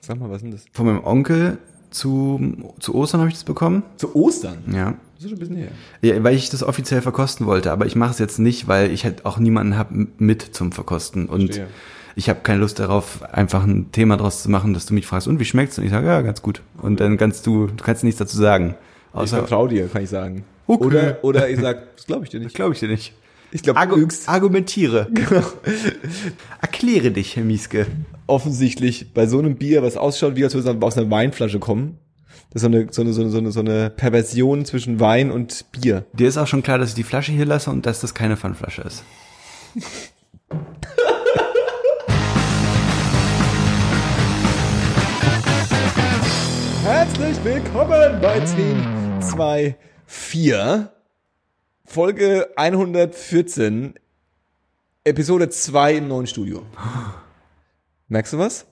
Sag mal, was sind das? Von meinem Onkel zu, zu Ostern habe ich das bekommen. Zu Ostern? Ja. Das ist schon ein bisschen her. ja. Weil ich das offiziell verkosten wollte, aber ich mache es jetzt nicht, weil ich halt auch niemanden habe mit zum Verkosten. Und Verstehe. ich habe keine Lust darauf, einfach ein Thema draus zu machen, dass du mich fragst, und wie schmeckt's? Und ich sage, ja, ganz gut. Und dann kannst du, du kannst nichts dazu sagen. ich Außer, vertraue dir, kann ich sagen. Okay. Oder, oder ich sag, das glaube ich dir nicht. glaube ich dir nicht. Ich glaube, Argu du lügst. argumentiere. Genau. Erkläre dich, Herr Mieske. offensichtlich bei so einem Bier, was ausschaut, wie als würde es aus einer Weinflasche kommen. Das ist so eine, so eine, so eine, so eine, so eine Perversion zwischen Wein und Bier. Dir ist auch schon klar, dass ich die Flasche hier lasse und dass das keine Pfandflasche ist. Herzlich willkommen bei 10, 2, 4. Folge 114, Episode 2 im neuen Studio. Merkst du was?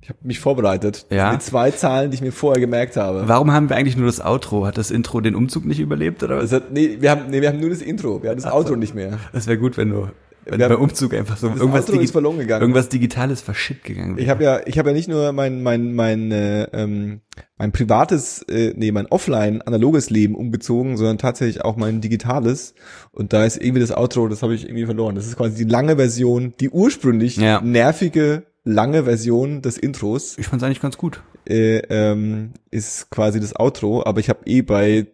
Ich habe mich vorbereitet. Das Ja. sind Die zwei Zahlen, die ich mir vorher gemerkt habe. Warum haben wir eigentlich nur das Outro? Hat das Intro den Umzug nicht überlebt oder was? Das hat, Also, nee, wir haben, nee, wir haben nur das Intro, wir haben das Outro nicht mehr. Das wäre gut, wenn du wenn Wir beim haben- Umzug einfach so irgendwas, Outro digi- ist verloren gegangen. irgendwas Digitales verschickt gegangen Ich habe ja, ich habe ja nicht nur mein mein mein äh, ähm, mein privates, äh, nee, mein offline analoges Leben umgezogen, sondern tatsächlich auch mein digitales. Und da ist irgendwie das Outro, das habe ich irgendwie verloren. Das ist quasi die lange Version, die ursprünglich Ja. nervige lange Version des Intros ich fand's eigentlich ganz gut. äh, ähm, ist quasi das Outro. Aber ich habe eh bei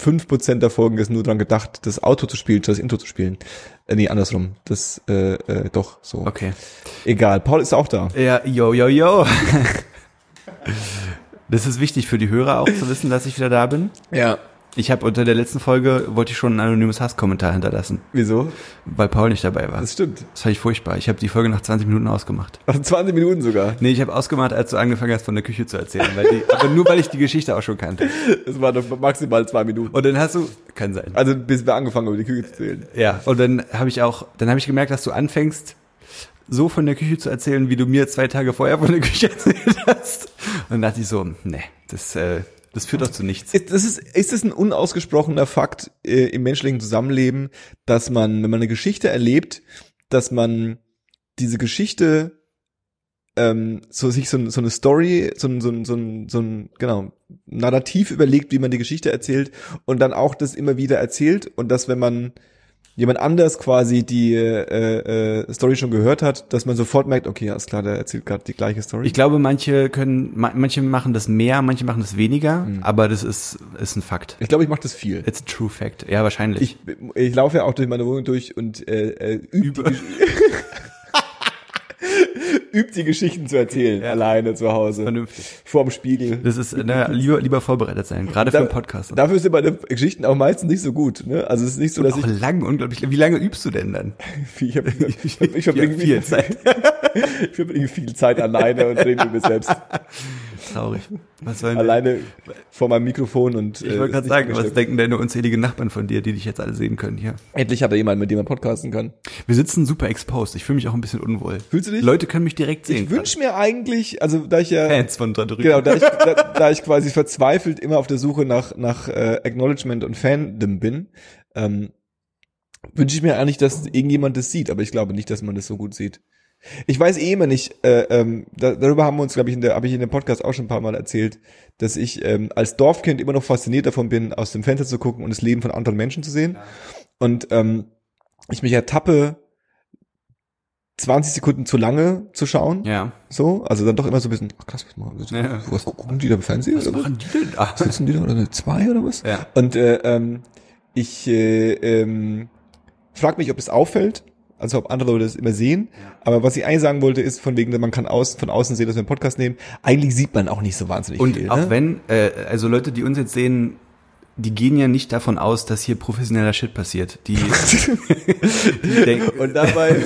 5% der Folgen ist nur dran gedacht, das Outro zu spielen, statt das Intro zu spielen. Äh, nee, andersrum. Das äh, äh, doch so. Okay. Egal. Paul ist auch da. Ja, yo, yo, yo. Das ist wichtig für die Hörer auch zu wissen, dass ich wieder da bin. Ja. Ich habe unter der letzten Folge, wollte ich schon ein anonymes Hasskommentar hinterlassen, Wieso? weil Paul nicht dabei war. Das stimmt. Das fand ich furchtbar. Ich habe die Folge nach 20 Minuten ausgemacht. Also 20 Minuten sogar. Nee, ich habe ausgemacht, als du angefangen hast, von der Küche zu erzählen. Weil die, aber nur, weil ich die Geschichte auch schon kannte. Das waren doch maximal zwei Minuten. Und dann hast du... Kann sein. Also bis wir angefangen haben, über die Küche zu zählen. Ja, und dann habe ich auch... Dann habe ich gemerkt, dass du anfängst, so von der Küche zu erzählen, wie du mir zwei Tage vorher von der Küche erzählt hast. Und dann dachte ich so, nee, das, äh, das führt doch zu nichts. Ist das, ist, ist das ein unausgesprochener Fakt äh, im menschlichen Zusammenleben, dass man, wenn man eine Geschichte erlebt, dass man diese Geschichte ähm, so sich so, ein- so eine Story, so ein, so ein, so ein, so ein genau, Narrativ überlegt, wie man die Geschichte erzählt und dann auch das immer wieder erzählt und dass wenn man jemand anders quasi die äh, äh, Story schon gehört hat, dass man sofort merkt, okay, alles klar, der erzählt gerade die gleiche Story. Ich glaube, manche können, ma manche machen das mehr, manche machen das weniger, Mhm. aber das ist, ist ein Fakt. ich glaube, ich mache das viel. It's a true fact. Ja, wahrscheinlich. Ich, ich laufe ja auch durch meine Wohnung durch und äh, äh, übe die, Gesch- üb die Geschichten zu erzählen, alleine zu Hause. Vernünftig. Vorm Spiegel. das ist, na, lieber, lieber vorbereitet sein, gerade für Da- einen Podcast. Dafür sind meine Geschichten auch meistens nicht so gut. Ne? Also es ist nicht so, dass auch lang, unglaublich. lang. Wie lange übst du denn dann? ich ich habe ich hab, ich hab Ja, irgendwie viel Zeit. Ich verbringe viel Zeit alleine und rede mit mir selbst Traurig. Was sollen wir? alleine vor meinem Mikrofon und äh, Ich wollte ist gerade nicht sagen, was abgestimmt. denken deine unzähligen Nachbarn von dir, die dich jetzt alle sehen können hier? endlich hat er jemanden, mit dem man podcasten kann. Wir sitzen super exposed. Ich fühle mich auch ein bisschen unwohl. Fühlst du dich? Leute können mich direkt sehen. Ich wünsche mir eigentlich, also da ich ja Fans von da drüben. Genau, da ich, da, da ich quasi verzweifelt immer auf der Suche nach, nach äh, Acknowledgement und Fandom bin, ähm, wünsche ich mir eigentlich, dass irgendjemand das sieht, aber ich glaube nicht, dass man das so gut sieht. Ich weiß eh immer nicht, äh, ähm, da, darüber haben wir uns, glaube ich, in der, habe ich in dem Podcast auch schon ein paar Mal erzählt, dass ich ähm, als Dorfkind immer noch fasziniert davon bin, aus dem Fenster zu gucken und das Leben von anderen Menschen zu sehen. Und ähm, ich mich ertappe, 20 Sekunden zu lange zu schauen. Ja. So, also dann doch immer so ein bisschen, ach krass, was machen was, Ja. was gucken die da im Fernsehen? Was oder was? machen die denn da? Sitzen die da oder eine zwei oder was? Ja. Und äh, ähm, ich äh, ähm, frage mich, ob es auffällt, also ob andere Leute das immer sehen. Aber was ich eigentlich sagen wollte, ist von wegen, man kann aus, von außen sehen, dass wir einen Podcast nehmen. Eigentlich sieht man auch nicht so wahnsinnig Und viel. auch ne? wenn, äh, also Leute, die uns jetzt sehen, die gehen ja nicht davon aus, dass hier professioneller Shit passiert. Die, die, denk, Und dabei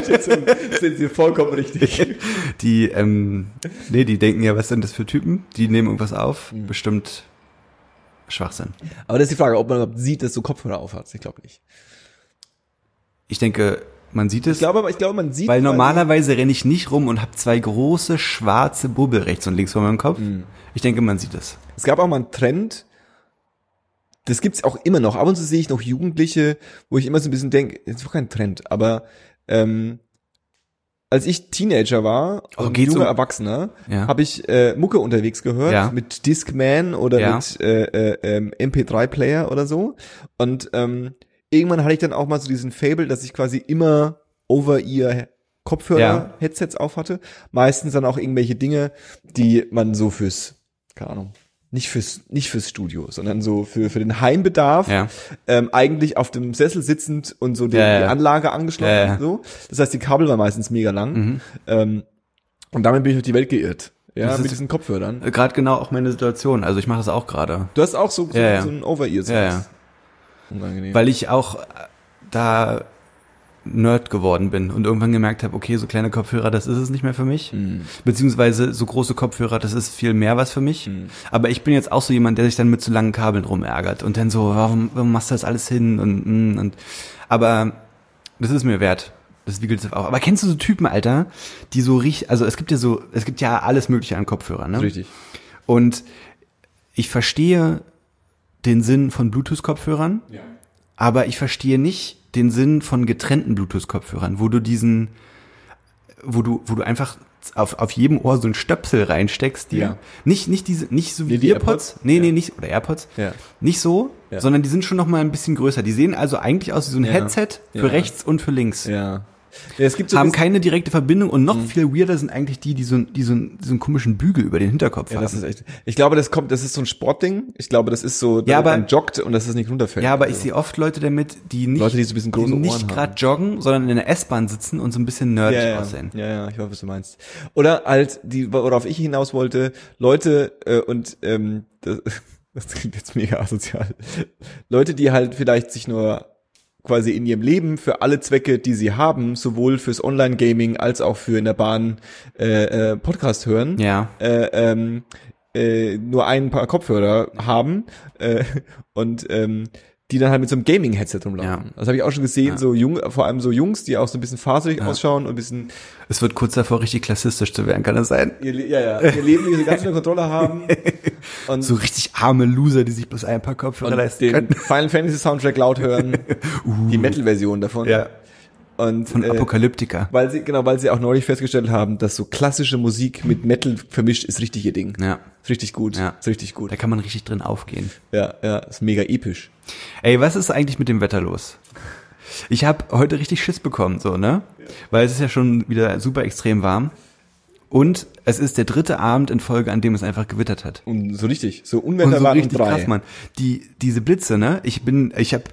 sind sie vollkommen richtig. die, ähm, nee, die denken ja, was sind das für Typen? Die nehmen irgendwas auf, Mhm. bestimmt Schwachsinn. Aber das ist die Frage, ob man überhaupt sieht, dass du Kopfhörer aufhast. Ich glaube nicht. Ich denke, man sieht es, Ich glaube, aber ich glaube, man sieht. weil quasi- normalerweise renne ich nicht rum und habe zwei große schwarze Bubbel rechts und links vor meinem Kopf. Ich denke, man sieht es. Es gab auch mal einen Trend, das gibt's auch immer noch. Ab und zu sehe ich noch Jugendliche, wo ich immer so ein bisschen denke, das ist doch kein Trend, aber ähm, als ich Teenager war, Oh, und geht's junger um- Erwachsener, Ja. habe ich äh, Mucke unterwegs gehört Ja. mit Discman oder Ja. mit äh, äh, ähm, MP3-Player oder so. Und ähm, irgendwann hatte ich dann auch mal so diesen Fable, dass ich quasi immer over ear Ja. Kopfhörer-Headsets auf hatte. Meistens dann auch irgendwelche Dinge, die man so fürs, keine Ahnung, nicht fürs, nicht fürs Studio, sondern so für, für den Heimbedarf Ja. ähm, eigentlich auf dem Sessel sitzend und so den, Ja, ja. die Anlage angeschlossen. Ja, ja. So. Das heißt, die Kabel waren meistens mega lang. Ähm, und damit bin ich durch die Welt geirrt. Ja, Das ist- mit diesen Kopfhörern. Gerade genau auch meine Situation. Also ich mache das auch gerade. Du hast auch so, so, Ja, ja. so ein Over-Ear. Ja, ja. Unangenehm. Weil ich auch äh, da Nerd geworden bin und irgendwann gemerkt habe, okay, so kleine Kopfhörer, das ist es nicht mehr für mich. Beziehungsweise so große Kopfhörer, das ist viel mehr was für mich. Aber ich bin jetzt auch so jemand, der sich dann mit zu langen Kabeln rumärgert und dann so, warum, warum machst du das alles hin? Und, mm, und aber das ist mir wert. Das wiegelt sich auch. Aber kennst du so Typen, Alter, die so richtig, also es gibt ja so, es gibt ja alles Mögliche an Kopfhörern, ne? Richtig. Und ich verstehe den Sinn von Bluetooth-Kopfhörern, aber ich verstehe nicht den Sinn von getrennten Bluetooth-Kopfhörern, wo du diesen, wo du, wo du einfach auf, auf jedem Ohr so einen Stöpsel reinsteckst, die Ja. nicht, nicht diese, nicht so wie Nee, die Earpods, AirPods. nee, Ja. nee, nicht, oder AirPods, Ja. nicht so, Ja. sondern die sind schon noch mal ein bisschen größer. Die sehen also eigentlich aus wie so ein Ja. Headset für Ja. rechts und für links Ja. Mhm. ja. Es gibt so haben bisschen- keine direkte Verbindung und noch viel weirder sind eigentlich die, die so, ein- die so, ein- so einen komischen Bügel über den Hinterkopf ja, haben. das ist echt. Ich glaube, das kommt, das ist so ein Sportding. Ich glaube, das ist so, Ja, damit aber- man joggt und dass es nicht runterfällt. ja, aber ich Also, sehe oft Leute damit, die nicht, Leute, die so ein bisschen große die Ohren nicht haben. gerade joggen, sondern in der S-Bahn sitzen und so ein bisschen nerdig ja, ja. aussehen. ja, ja, ich weiß, was du meinst. Oder halt, die, worauf ich hinaus wollte, Leute äh, und ähm, das, das klingt jetzt mega asozial. Leute, die halt vielleicht sich nur quasi in ihrem Leben für alle Zwecke, die sie haben, sowohl fürs Online-Gaming als auch für in der Bahn äh, äh, Podcast hören, Ja. äh, ähm, äh, nur ein paar Kopfhörer haben äh, und ähm, die dann halt mit so einem Gaming-Headset rumlaufen. Ja. Das habe ich auch schon gesehen, so jung, vor allem so Jungs, die auch so ein bisschen faserig ausschauen und ein bisschen Es wird kurz davor, richtig klassistisch zu werden, kann das sein? ihr, Le- ja, ja, ihr Leben nicht so ganz unter Kontrolle haben und, So richtig arme Loser, die sich bloß ein paar Kopfhörer und leisten können. den Final Fantasy Soundtrack laut hören, die Metal-Version davon. Uh. Ja. Und Von äh, Apokalyptiker. weil sie genau, weil sie auch neulich festgestellt haben, dass so klassische Musik mit Metal vermischt ist richtig ihr Ding. Ja. Ist richtig gut. Ja. Ist richtig gut. Da kann man richtig drin aufgehen. Ja, ja, ist mega episch. Ey, was ist eigentlich mit dem Wetter los? Ich habe heute richtig Schiss bekommen, so, ne? Weil es ist ja schon wieder super extrem warm. Und es ist der dritte Abend in Folge, an dem es einfach gewittert hat. Und so richtig, so Und Unwetter so waren richtig drei. krass, Mann. Die, diese Blitze, ne? Ich bin, ich habe,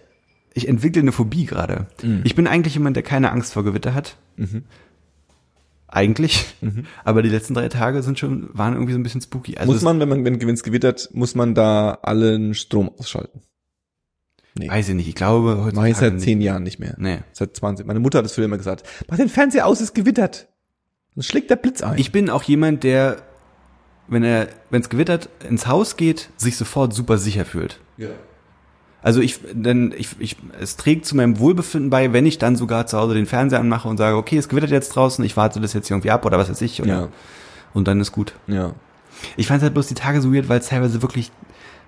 ich entwickle eine Phobie gerade. Mhm. Ich bin eigentlich jemand, der keine Angst vor Gewitter hat. Eigentlich. Aber die letzten drei Tage sind schon, waren irgendwie so ein bisschen spooky. Also Mhm. Muss es- man, wenn man wenn es gewittert, muss man da allen Strom ausschalten. Weiß ich nicht. Ich glaube, Mach ich heutzutage seit halt nicht. halt zehn Jahren nicht mehr. Nee. Seit 20. Meine Mutter hat es früher immer gesagt. Mach den Fernseher aus, es gewittert. Dann schlägt der Blitz ein. Ich bin auch jemand, der, wenn er, wenn es gewittert, ins Haus geht, sich sofort super sicher fühlt. ja. Also ich, denn ich, ich, es trägt zu meinem Wohlbefinden bei, wenn ich dann sogar zu Hause den Fernseher anmache und sage, okay, es gewittert jetzt draußen, ich warte das jetzt irgendwie ab oder was weiß ich. Oder, Ja. Und dann ist gut. Ja. Ich fand halt bloß die Tage so weird, weil es teilweise wirklich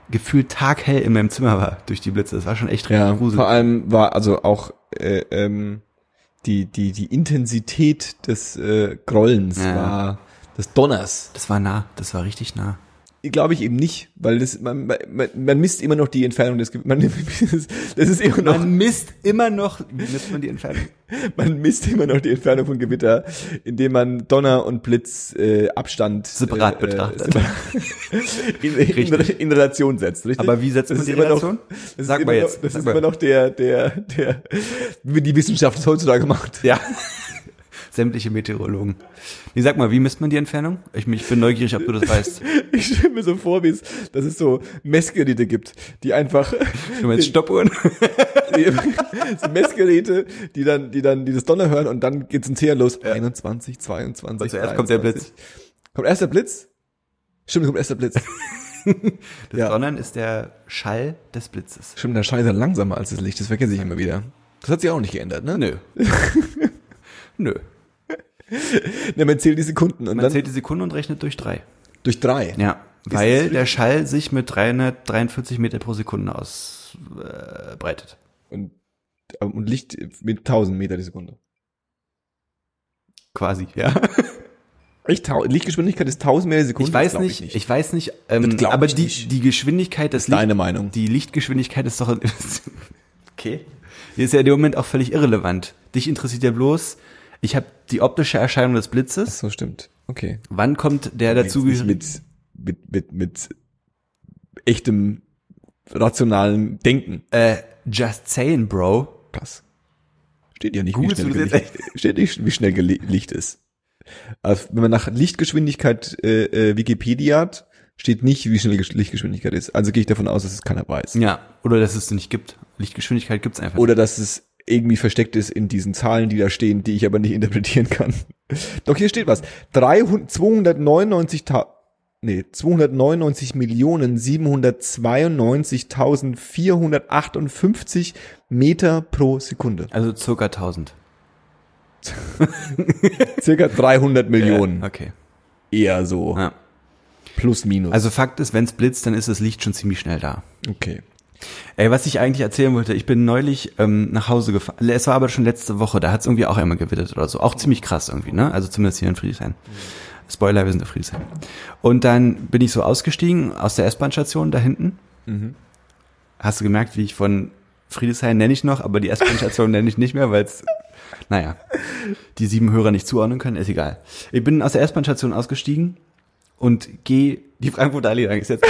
gefühlt taghell in meinem Zimmer war durch die Blitze. Das war schon echt richtig Ja, vor gruselig. allem war also auch äh, ähm, die, die, die Intensität des äh, Grollens Ja. war, des Donners, Das war nah, das war richtig nah. glaube ich eben nicht, weil das, man, man, man misst immer noch die Entfernung des, Ge- man, das ist immer noch, misst immer noch, wie misst man die Entfernung? man misst immer noch die Entfernung von Gewitter, indem man Donner und Blitz äh, Abstand Separat äh, betrachtet. separ- in, in, Richtig. in Relation setzt. Richtig? Aber wie setzt Das ist man die immer Relation? Noch, das Sag ist mal immer jetzt, Noch, das sag ist mal. immer noch der, der, der, wie die Wissenschaft es heutzutage macht. Ja. Sämtliche Meteorologen. Nee, sag mal, wie misst man die Entfernung? Ich, ich bin neugierig, ob du das weißt. Ich stelle mir so vor, wie es, dass es so Messgeräte gibt, die einfach Du meinst Stoppuhren? die, so Messgeräte, die dann, die dann, die das Donner hören und dann geht's ins Teer los. 21, 22. Und zuerst Also kommt der Blitz. 23. Kommt erst der Blitz? Stimmt, kommt erst der Blitz. Das Ja. Donnern ist der Schall des Blitzes. Stimmt, der Schall ist ja langsamer als das Licht, das vergesse ich immer wieder. Das hat sich auch nicht geändert, ne? Nö. Nö. Ne, man zählt die Sekunden und Man dann zählt die Sekunden und rechnet durch drei. durch drei. Ja. das Weil der richtig? Schall sich mit 343 Meter pro Sekunde ausbreitet. äh, Und, und Licht mit 1000 Meter die Sekunde. Quasi, ja. Ich tau- Lichtgeschwindigkeit ist 1000 Meter Sekunde. Ich weiß glaub nicht, ich, weiß nicht, ähm, Das glaub aber ich die, nicht. die Geschwindigkeit des Deine Meinung. die Lichtgeschwindigkeit ist doch. okay. Die ist ja in dem Moment auch völlig irrelevant. Dich interessiert ja bloß, ich habe die optische Erscheinung des Blitzes. So stimmt. Okay. Wann kommt der Jetzt dazu? nicht mit, mit, mit, mit echtem rationalen Denken. Äh, just saying, Bro. Pass. Steht ja nicht, wie Googlest schnell, du das Licht, steht nicht, wie schnell geli- Licht ist. Also, wenn man nach Lichtgeschwindigkeit äh, äh, Wikipedia hat, steht nicht, wie schnell Gesch- Lichtgeschwindigkeit ist. Also gehe ich davon aus, dass es keiner weiß. Ja, oder dass es nicht gibt. Lichtgeschwindigkeit gibt's einfach. Oder dass es irgendwie versteckt ist in diesen Zahlen, die da stehen, die ich aber nicht interpretieren kann. Doch hier steht was. 300 299 Ta- nee, 299 Millionen 792.458 Meter pro Sekunde. nicht. Also circa 1000. Circa 300 Millionen. Ja, okay. Eher so. Ja. Plus, minus. Also Fakt ist, wenn's blitzt, dann ist das Licht schon ziemlich schnell da. okay. Ey, was ich eigentlich erzählen wollte, ich bin neulich ähm, nach Hause gefahren. Es war aber schon letzte Woche, da hat es irgendwie auch einmal gewittert oder so. Auch ziemlich krass irgendwie, ne? Also zumindest hier in Friedrichshain. Spoiler, wir sind in Friedrichshain. Und dann bin ich so ausgestiegen aus der S-Bahn-Station da hinten. Hast du gemerkt, wie ich von Friedrichshain nenne ich noch, aber die S-Bahn-Station nenne ich nicht mehr, weil es, naja, die sieben Hörer nicht zuordnen können, ist egal. Ich bin aus der S-Bahn-Station ausgestiegen und gehe die Frankfurter Allee lang. Ist jetzt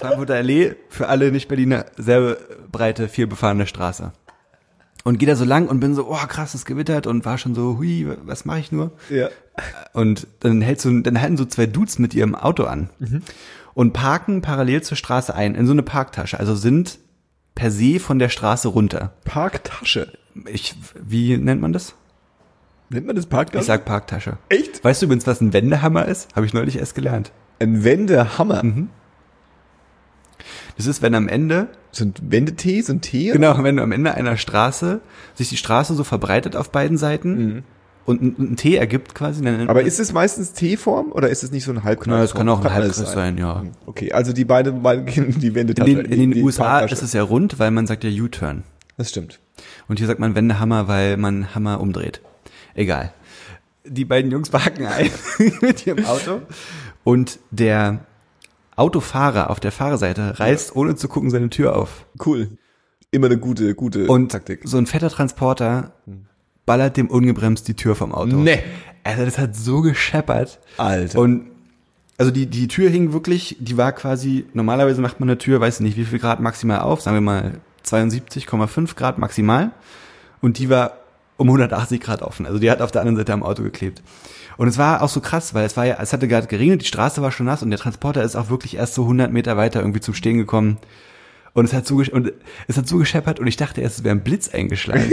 Frankfurter Allee, für alle Nicht-Berliner, selbe breite, viel befahrene Straße. Und gehe da so lang und bin so, oh krass, es gewittert und war schon so, hui, was mache ich nur? Ja. Und dann hält so, dann halten so zwei Dudes mit ihrem Auto an und parken parallel zur Straße ein, in so eine Parktasche. Also sind per se von der Straße runter. Parktasche. Ich, wie nennt man das? Nennt man das Ich Parktasche? sag Parktasche. Echt? Weißt du übrigens, was ein Wendehammer ist? Habe ich neulich erst gelernt. Ein Wendehammer. Das ist, wenn am Ende Sind Wendetee, sind Tee? Genau, wenn du am Ende einer Straße sich die Straße so verbreitet auf beiden Seiten und ein, ein T ergibt quasi, dann nennt Mhm. Aber man- ist es meistens T-Form oder ist es nicht so ein Halbkreis? na, es kann auch ein Halbkreis alles sein, ja. Okay, also die beiden beiden gehen in die Wende In den, in den USA ist es ja rund, weil man sagt ja U-Turn. Das stimmt. Und hier sagt man Wendehammer, weil man Hammer umdreht. Egal. Die beiden Jungs parken ein mit ihrem Auto und der Autofahrer auf der Fahrerseite reißt ohne zu gucken seine Tür auf. Cool. Immer eine gute, gute Und Taktik. Hm. so ein fetter Transporter ballert dem ungebremst die Tür vom Auto. Nee. Also das hat so gescheppert. Alter. Und also die, die Tür hing wirklich, die war quasi, normalerweise macht man eine Tür, weiß nicht, wie viel Grad maximal auf, sagen wir mal 72,5 Grad maximal. Und die war um 180 Grad offen. Also die hat auf der anderen Seite am Auto geklebt. Und es war auch so krass, weil es war ja, es hatte gerade geregnet, die Straße war schon nass und der Transporter ist auch wirklich erst so 100 Meter weiter irgendwie zum Stehen gekommen. Und es hat so, gesch- und es hat so gescheppert und ich dachte erst, es wäre ein Blitz eingeschlagen.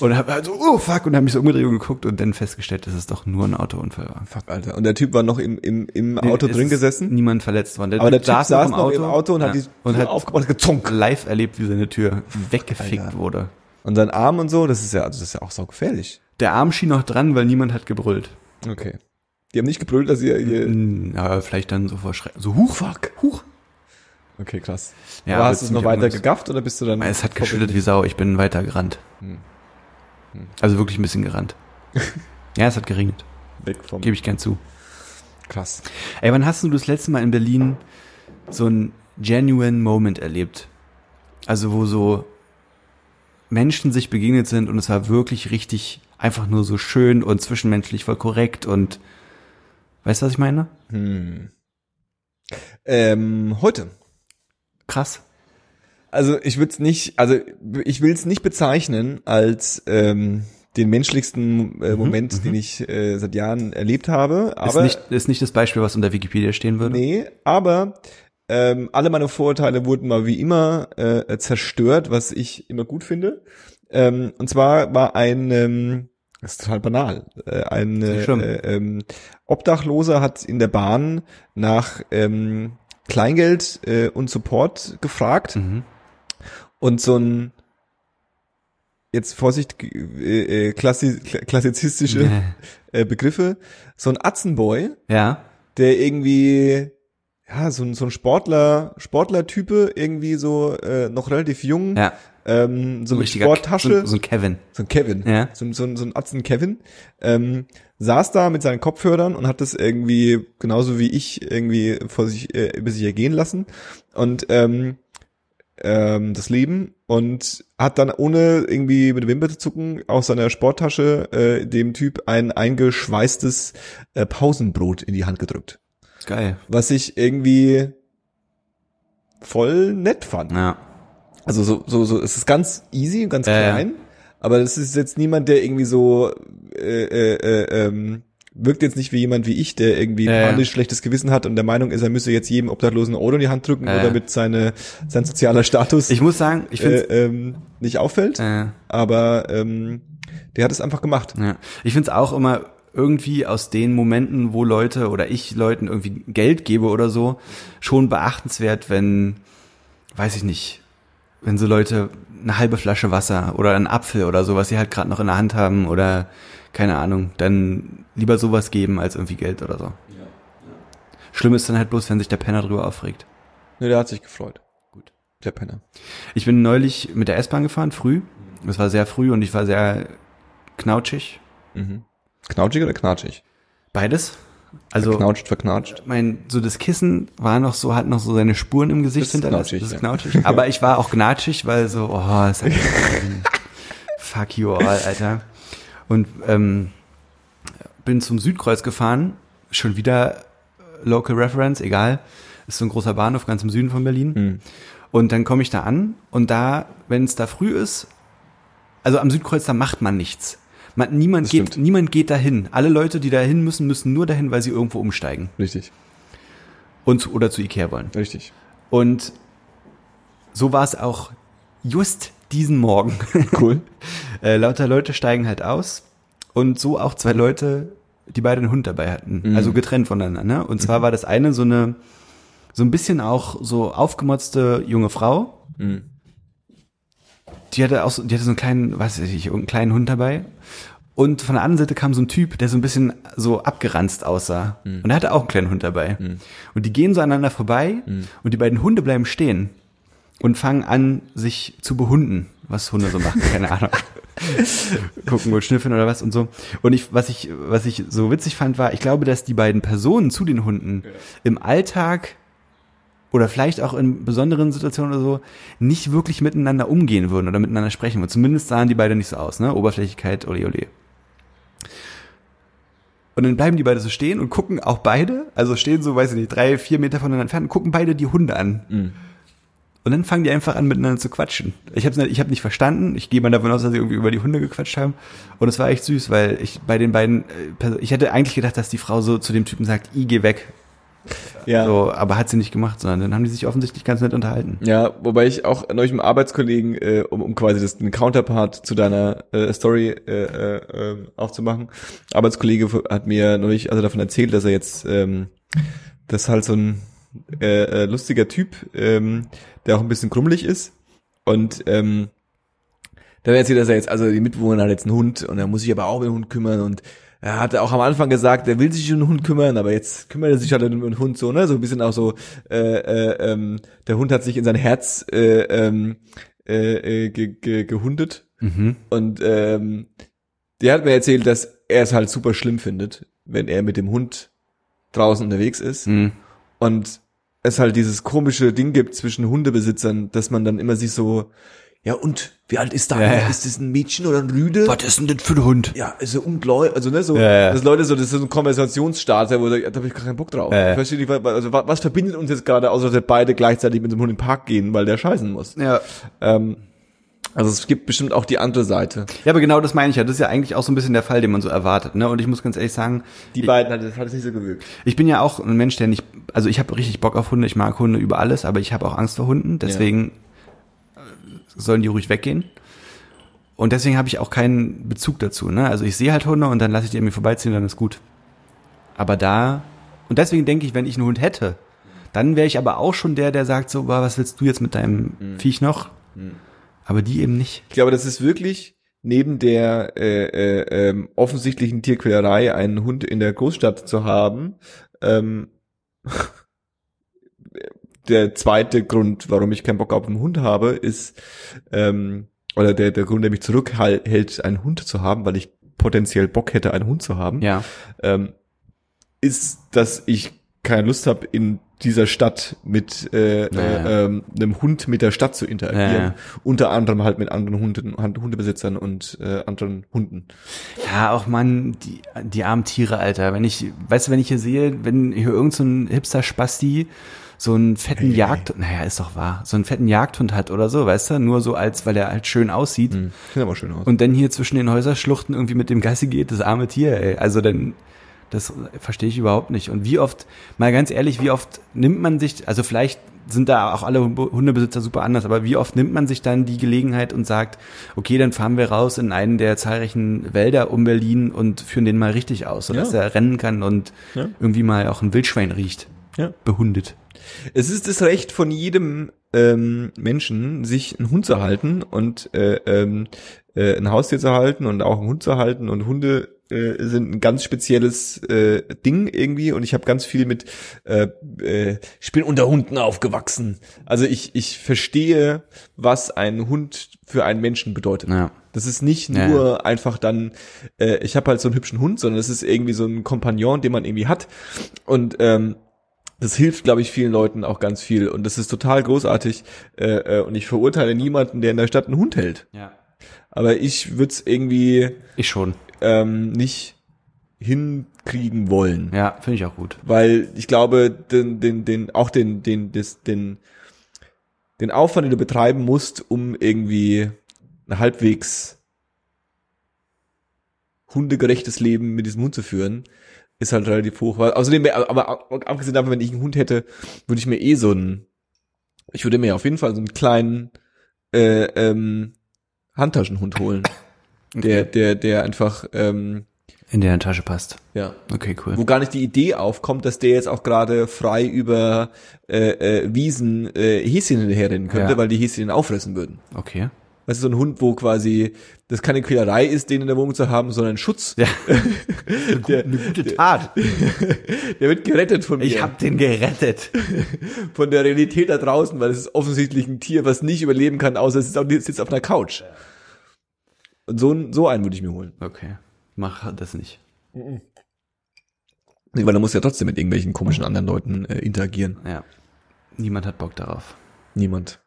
und habe halt so, oh fuck, und habe mich so umgedreht und geguckt und dann festgestellt, dass es doch nur ein Autounfall war. Fuck, Alter. Und der Typ war noch im, im, im Auto Es drin ist gesessen. Niemand verletzt worden. Aber der Typ Typ saß, noch, im Auto, und hat ja, die und hat aufgebaut und gezonk. live erlebt, wie seine Tür weggefickt Alter. wurde. Und sein Arm und so, das ist ja, also das ist ja auch saugefährlich. Der Arm schien noch dran, weil niemand hat gebrüllt. Okay. Die haben nicht gebrüllt, dass ihr, ihr Hm, Aber vielleicht dann so vor Schrecken. So, huch, fuck, huch. Okay, krass. Ja, aber aber hast du es noch ziemlich weiter unnütz. gegafft oder bist du dann? Es hat geschüttet wie Sau, ich bin weiter gerannt. Hm. Also wirklich ein bisschen gerannt. ja, es hat geregnet. weg vom. Gebe ich gern zu. Krass. Ey, wann hast du das letzte Mal in Berlin so einen genuine Moment erlebt? Also wo so Menschen sich begegnet sind und es war wirklich richtig einfach nur so schön und zwischenmenschlich voll korrekt und weißt du, was ich meine? Ähm, heute. Krass. Also ich würde es nicht, also ich will es nicht bezeichnen als ähm, den menschlichsten äh, Moment, den ich äh, seit Jahren erlebt habe. Ist Aber nicht, ist nicht das Beispiel, was unter Wikipedia stehen würde? nee, aber ähm, alle meine Vorurteile wurden mal wie immer äh, zerstört, was ich immer gut finde. Ähm, und zwar war ein ähm, das ist total banal. Äh, Ein äh, schlimm. äh, ähm, Obdachloser hat in der Bahn nach ähm, Kleingeld äh, und Support gefragt Mhm. und so ein jetzt Vorsicht g- äh, äh, klassi kla- klassizistische äh, Begriffe, so ein Atzenboy, Ja. der irgendwie ja so ein so ein Sportler Sportlertype irgendwie so äh, noch relativ jung Ja. ähm, so eine richtiger Sporttasche. So, so ein Kevin. So ein Kevin, Ja. so, ein- so, ein- so ein Atzen Kevin, ähm, saß da mit seinen Kopfhörern und hat das irgendwie, genauso wie ich, irgendwie vor sich, äh, über sich ergehen lassen und ähm, ähm, das Leben und hat dann ohne irgendwie mit der Wimper zu zucken aus seiner Sporttasche äh, dem Typ ein eingeschweißtes äh, Pausenbrot in die Hand gedrückt. Geil. Was ich irgendwie voll nett fand. Ja. Also so, so, so, es ist ganz easy, ganz Ja, ja. klein, aber das ist jetzt niemand, der irgendwie so äh, äh, äh, ähm, wirkt jetzt nicht wie jemand wie ich, der irgendwie Ja, ja. panisch schlechtes Gewissen hat und der Meinung ist, er müsse jetzt jedem obdachlosen Euro in die Hand drücken Ja, oder ja. mit seine, sein sozialer Status Ich muss sagen, ich finde äh, ähm, nicht auffällt. äh, Aber ähm, der hat es einfach gemacht. Ja. Ich find's auch immer irgendwie aus den Momenten, wo Leute oder ich Leuten irgendwie Geld gebe oder so, schon beachtenswert, wenn, weiß ich nicht, wenn so Leute eine halbe Flasche Wasser oder einen Apfel oder so, was sie halt gerade noch in der Hand haben oder keine Ahnung, dann lieber sowas geben als irgendwie Geld oder so. Schlimm ist dann halt bloß, wenn sich der Penner drüber aufregt. Ne, der hat sich gefreut. Gut. Der Penner. Ich bin neulich mit der S-Bahn gefahren, früh. Es war sehr früh und ich war sehr knautschig. Mhm. Knautschig oder knatschig? Beides. Also Knautscht, verknatscht. mein, so das Kissen war noch so, hat noch so seine Spuren im Gesicht Das ist hinterlassen. knatschig, das ist ja. knatschig. Aber ich war auch knatschig, weil so, oh, ist halt fuck you all, Alter. Und ähm, bin zum Südkreuz gefahren, schon wieder Local Reference, egal. Ist so ein großer Bahnhof ganz im Süden von Berlin. Hm. Und dann komme ich da an und da, wenn es da früh ist, also am Südkreuz, da macht man nichts. Man, niemand, Das geht, stimmt. niemand geht dahin. Alle Leute, die dahin müssen, müssen nur dahin, weil sie irgendwo umsteigen Richtig, und zu, oder zu Ikea wollen. richtig. Und so war es auch just diesen Morgen. Cool. äh, lauter Leute steigen halt aus und so auch zwei Leute, die beide einen Hund dabei hatten, also getrennt voneinander. Und zwar war das eine so eine so ein bisschen auch so aufgemotzte junge Frau. Die hatte auch so, die hatte so einen kleinen, weiß ich, nicht, einen kleinen Hund dabei. Und von der anderen Seite kam so ein Typ, der so ein bisschen so abgeranzt aussah. Und er hatte auch einen kleinen Hund dabei. Und die gehen so aneinander vorbei und die beiden Hunde bleiben stehen und fangen an, sich zu behunden, was Hunde so machen, keine Ahnung. Gucken und schnüffeln oder was und so. Und ich, was ich, was ich so witzig fand, war, ich glaube, dass die beiden Personen zu den Hunden im Alltag oder vielleicht auch in besonderen Situationen oder so nicht wirklich miteinander umgehen würden oder miteinander sprechen würden. Zumindest sahen die beiden nicht so aus, ne? Oberflächlichkeit, ole ole. Und dann bleiben die beide so stehen und gucken auch beide, also stehen so, weiß ich nicht, drei, vier Meter voneinander entfernt und gucken beide die Hunde an. Und dann fangen die einfach an, miteinander zu quatschen. Ich habe ich hab nicht verstanden. Ich gehe mal davon aus, dass sie irgendwie über die Hunde gequatscht haben. Und es war echt süß, weil ich bei den beiden, äh, Perso- ich hätte eigentlich gedacht, dass die Frau so zu dem Typen sagt, I geh weg. Ja. So, aber hat sie nicht gemacht, sondern dann haben die sich offensichtlich ganz nett unterhalten. Ja, wobei ich auch neulich mit einem Arbeitskollegen, äh, um, um quasi das den Counterpart zu deiner äh, Story äh, äh, ähm, aufzumachen, Arbeitskollege f- hat mir neulich also davon erzählt, dass er jetzt ähm, das halt so ein äh, äh, lustiger Typ, ähm, der auch ein bisschen krummelig ist und ähm, da wäre erzählt, dass er jetzt, also die Mitbewohner hat jetzt einen Hund und er muss sich aber auch um den Hund kümmern und er hatte auch am Anfang gesagt, er will sich um den Hund kümmern, aber jetzt kümmert er sich halt um den Hund so, ne? So ein bisschen auch so, äh, äh, ähm, der Hund hat sich in sein Herz äh, ähm, äh, äh, ge, ge, gehundet. Und ähm, der hat mir erzählt, dass er es halt super schlimm findet, wenn er mit dem Hund draußen unterwegs ist Mhm. und es halt dieses komische Ding gibt zwischen Hundebesitzern, dass man dann immer sich so, ja und, wie alt ist da? Ja, ja. Ist das ein Mädchen oder ein Rüde? ist denn das für ein Hund? Ja, also ungläubig, also ne, so, Ja, ja. dass Leute so, das ist so ein Konversationsstarter, wo da, da habe ich gar keinen Bock drauf. Ja, ja. Ich verstehe nicht, wa- wa- also was, was verbindet uns jetzt gerade, außer dass wir beide gleichzeitig mit dem Hund in den Park gehen, weil der scheißen muss. Ja. Ähm, also es gibt bestimmt auch die andere Seite. ja, aber genau das meine ich ja. Das ist ja eigentlich auch so ein bisschen der Fall, den man so erwartet. Ne? Und ich muss ganz ehrlich sagen, Die beiden hat, das hat es nicht so gewirkt. Ich bin ja auch ein Mensch, der nicht, also ich habe richtig Bock auf Hunde, ich mag Hunde über alles, aber ich habe auch Angst vor Hunden, deswegen äh, sollen die ruhig weggehen. Und deswegen habe ich auch keinen Bezug dazu. Ne? Also ich sehe halt Hunde und dann lasse ich die an mir vorbeiziehen, dann ist gut. Aber da, und deswegen denke ich, wenn ich einen Hund hätte, dann wäre ich aber auch schon der, der sagt so, "Boah, was willst du jetzt mit deinem Viech noch? Aber die eben nicht. Ich glaube, das ist wirklich neben der äh, äh, ähm, offensichtlichen Tierquälerei, einen Hund in der Großstadt zu haben, ähm, der zweite Grund, warum ich keinen Bock auf einen Hund habe, ist, ähm, oder der, der Grund, der mich zurückhält, einen Hund zu haben, weil ich potenziell Bock hätte, einen Hund zu haben, Ja. ähm, ist, dass ich keine Lust habe, in dieser Stadt mit äh, Ja. äh, ähm, einem Hund mit der Stadt zu interagieren. Ja, ja. Unter anderem halt mit anderen Hunden, Hand- Hundebesitzern und äh, anderen Hunden. Ja, auch Mann, die, die armen Tiere, Alter. Wenn ich, weißt du, wenn ich hier sehe, wenn hier irgend so ein Hipster-Spasti so einen fetten Hey. Jagd, naja, ist doch wahr, so einen fetten Jagdhund hat oder so, weißt du, nur so als, weil er halt schön aussieht Sieht aber schön aus. und dann hier zwischen den Häuserschluchten irgendwie mit dem Gassi geht, das arme Tier, ey. Also dann, das verstehe ich überhaupt nicht. Und wie oft, mal ganz ehrlich, wie oft nimmt man sich, also vielleicht sind da auch alle Hundebesitzer super anders, aber wie oft nimmt man sich dann die Gelegenheit und sagt, okay, dann fahren wir raus in einen der zahlreichen Wälder um Berlin und führen den mal richtig aus, sodass Ja. er rennen kann und Ja. irgendwie mal auch ein Wildschwein riecht, Ja. behundet. Es ist das Recht von jedem ähm, Menschen, sich einen Hund zu halten und äh, ähm, äh, ein Haustier zu halten und auch einen Hund zu halten. Und Hunde äh, sind ein ganz spezielles äh, Ding irgendwie. Und ich habe ganz viel mit, äh, äh, ich bin unter Hunden aufgewachsen. Also ich, ich verstehe, was ein Hund für einen Menschen bedeutet. Ja. Das ist nicht Ja, nur einfach dann, äh, ich habe halt so einen hübschen Hund, sondern es ist irgendwie so ein Kompagnon, den man irgendwie hat. Und ähm, das hilft, glaube ich, vielen Leuten auch ganz viel. Und das ist total großartig. Äh, äh, und ich verurteile niemanden, der in der Stadt einen Hund hält. ja. Aber ich würde es irgendwie Ich schon. ähm, nicht hinkriegen wollen. Ja, finde ich auch gut. Weil ich glaube, den, den, den, auch den, den, des, den, den Aufwand, den du betreiben musst, um irgendwie ein halbwegs hundegerechtes Leben mit diesem Hund zu führen, ist halt relativ hoch. Weil, außerdem, wär- aber ab- abgesehen davon, wenn ich einen Hund hätte, würde ich mir eh so einen, ich würde mir auf jeden Fall so einen kleinen äh, ähm, Handtaschenhund holen. Der, der, der einfach, ähm, In der Tasche passt. ja Okay, cool. wo gar nicht die Idee aufkommt, dass der jetzt auch gerade frei über äh, äh, Wiesen äh, Häschen hinterherrennen könnte, Ja. weil die Häschen ihn auffressen würden. Okay. Das ist so ein Hund, wo quasi das keine Quälerei ist, den in der Wohnung zu haben, sondern Schutz. Ja. eine, gute Tat. Der wird gerettet von mir, Ich hab den gerettet. von der Realität da draußen, weil es ist offensichtlich ein Tier, was nicht überleben kann, außer es sitzt auf, sitzt auf einer Couch. Und so, einen- so einen würde ich mir holen. Okay, mach das nicht. Nee, weil er muss ja trotzdem mit irgendwelchen komischen anderen Leuten äh, interagieren. Ja. Niemand hat Bock darauf. Niemand.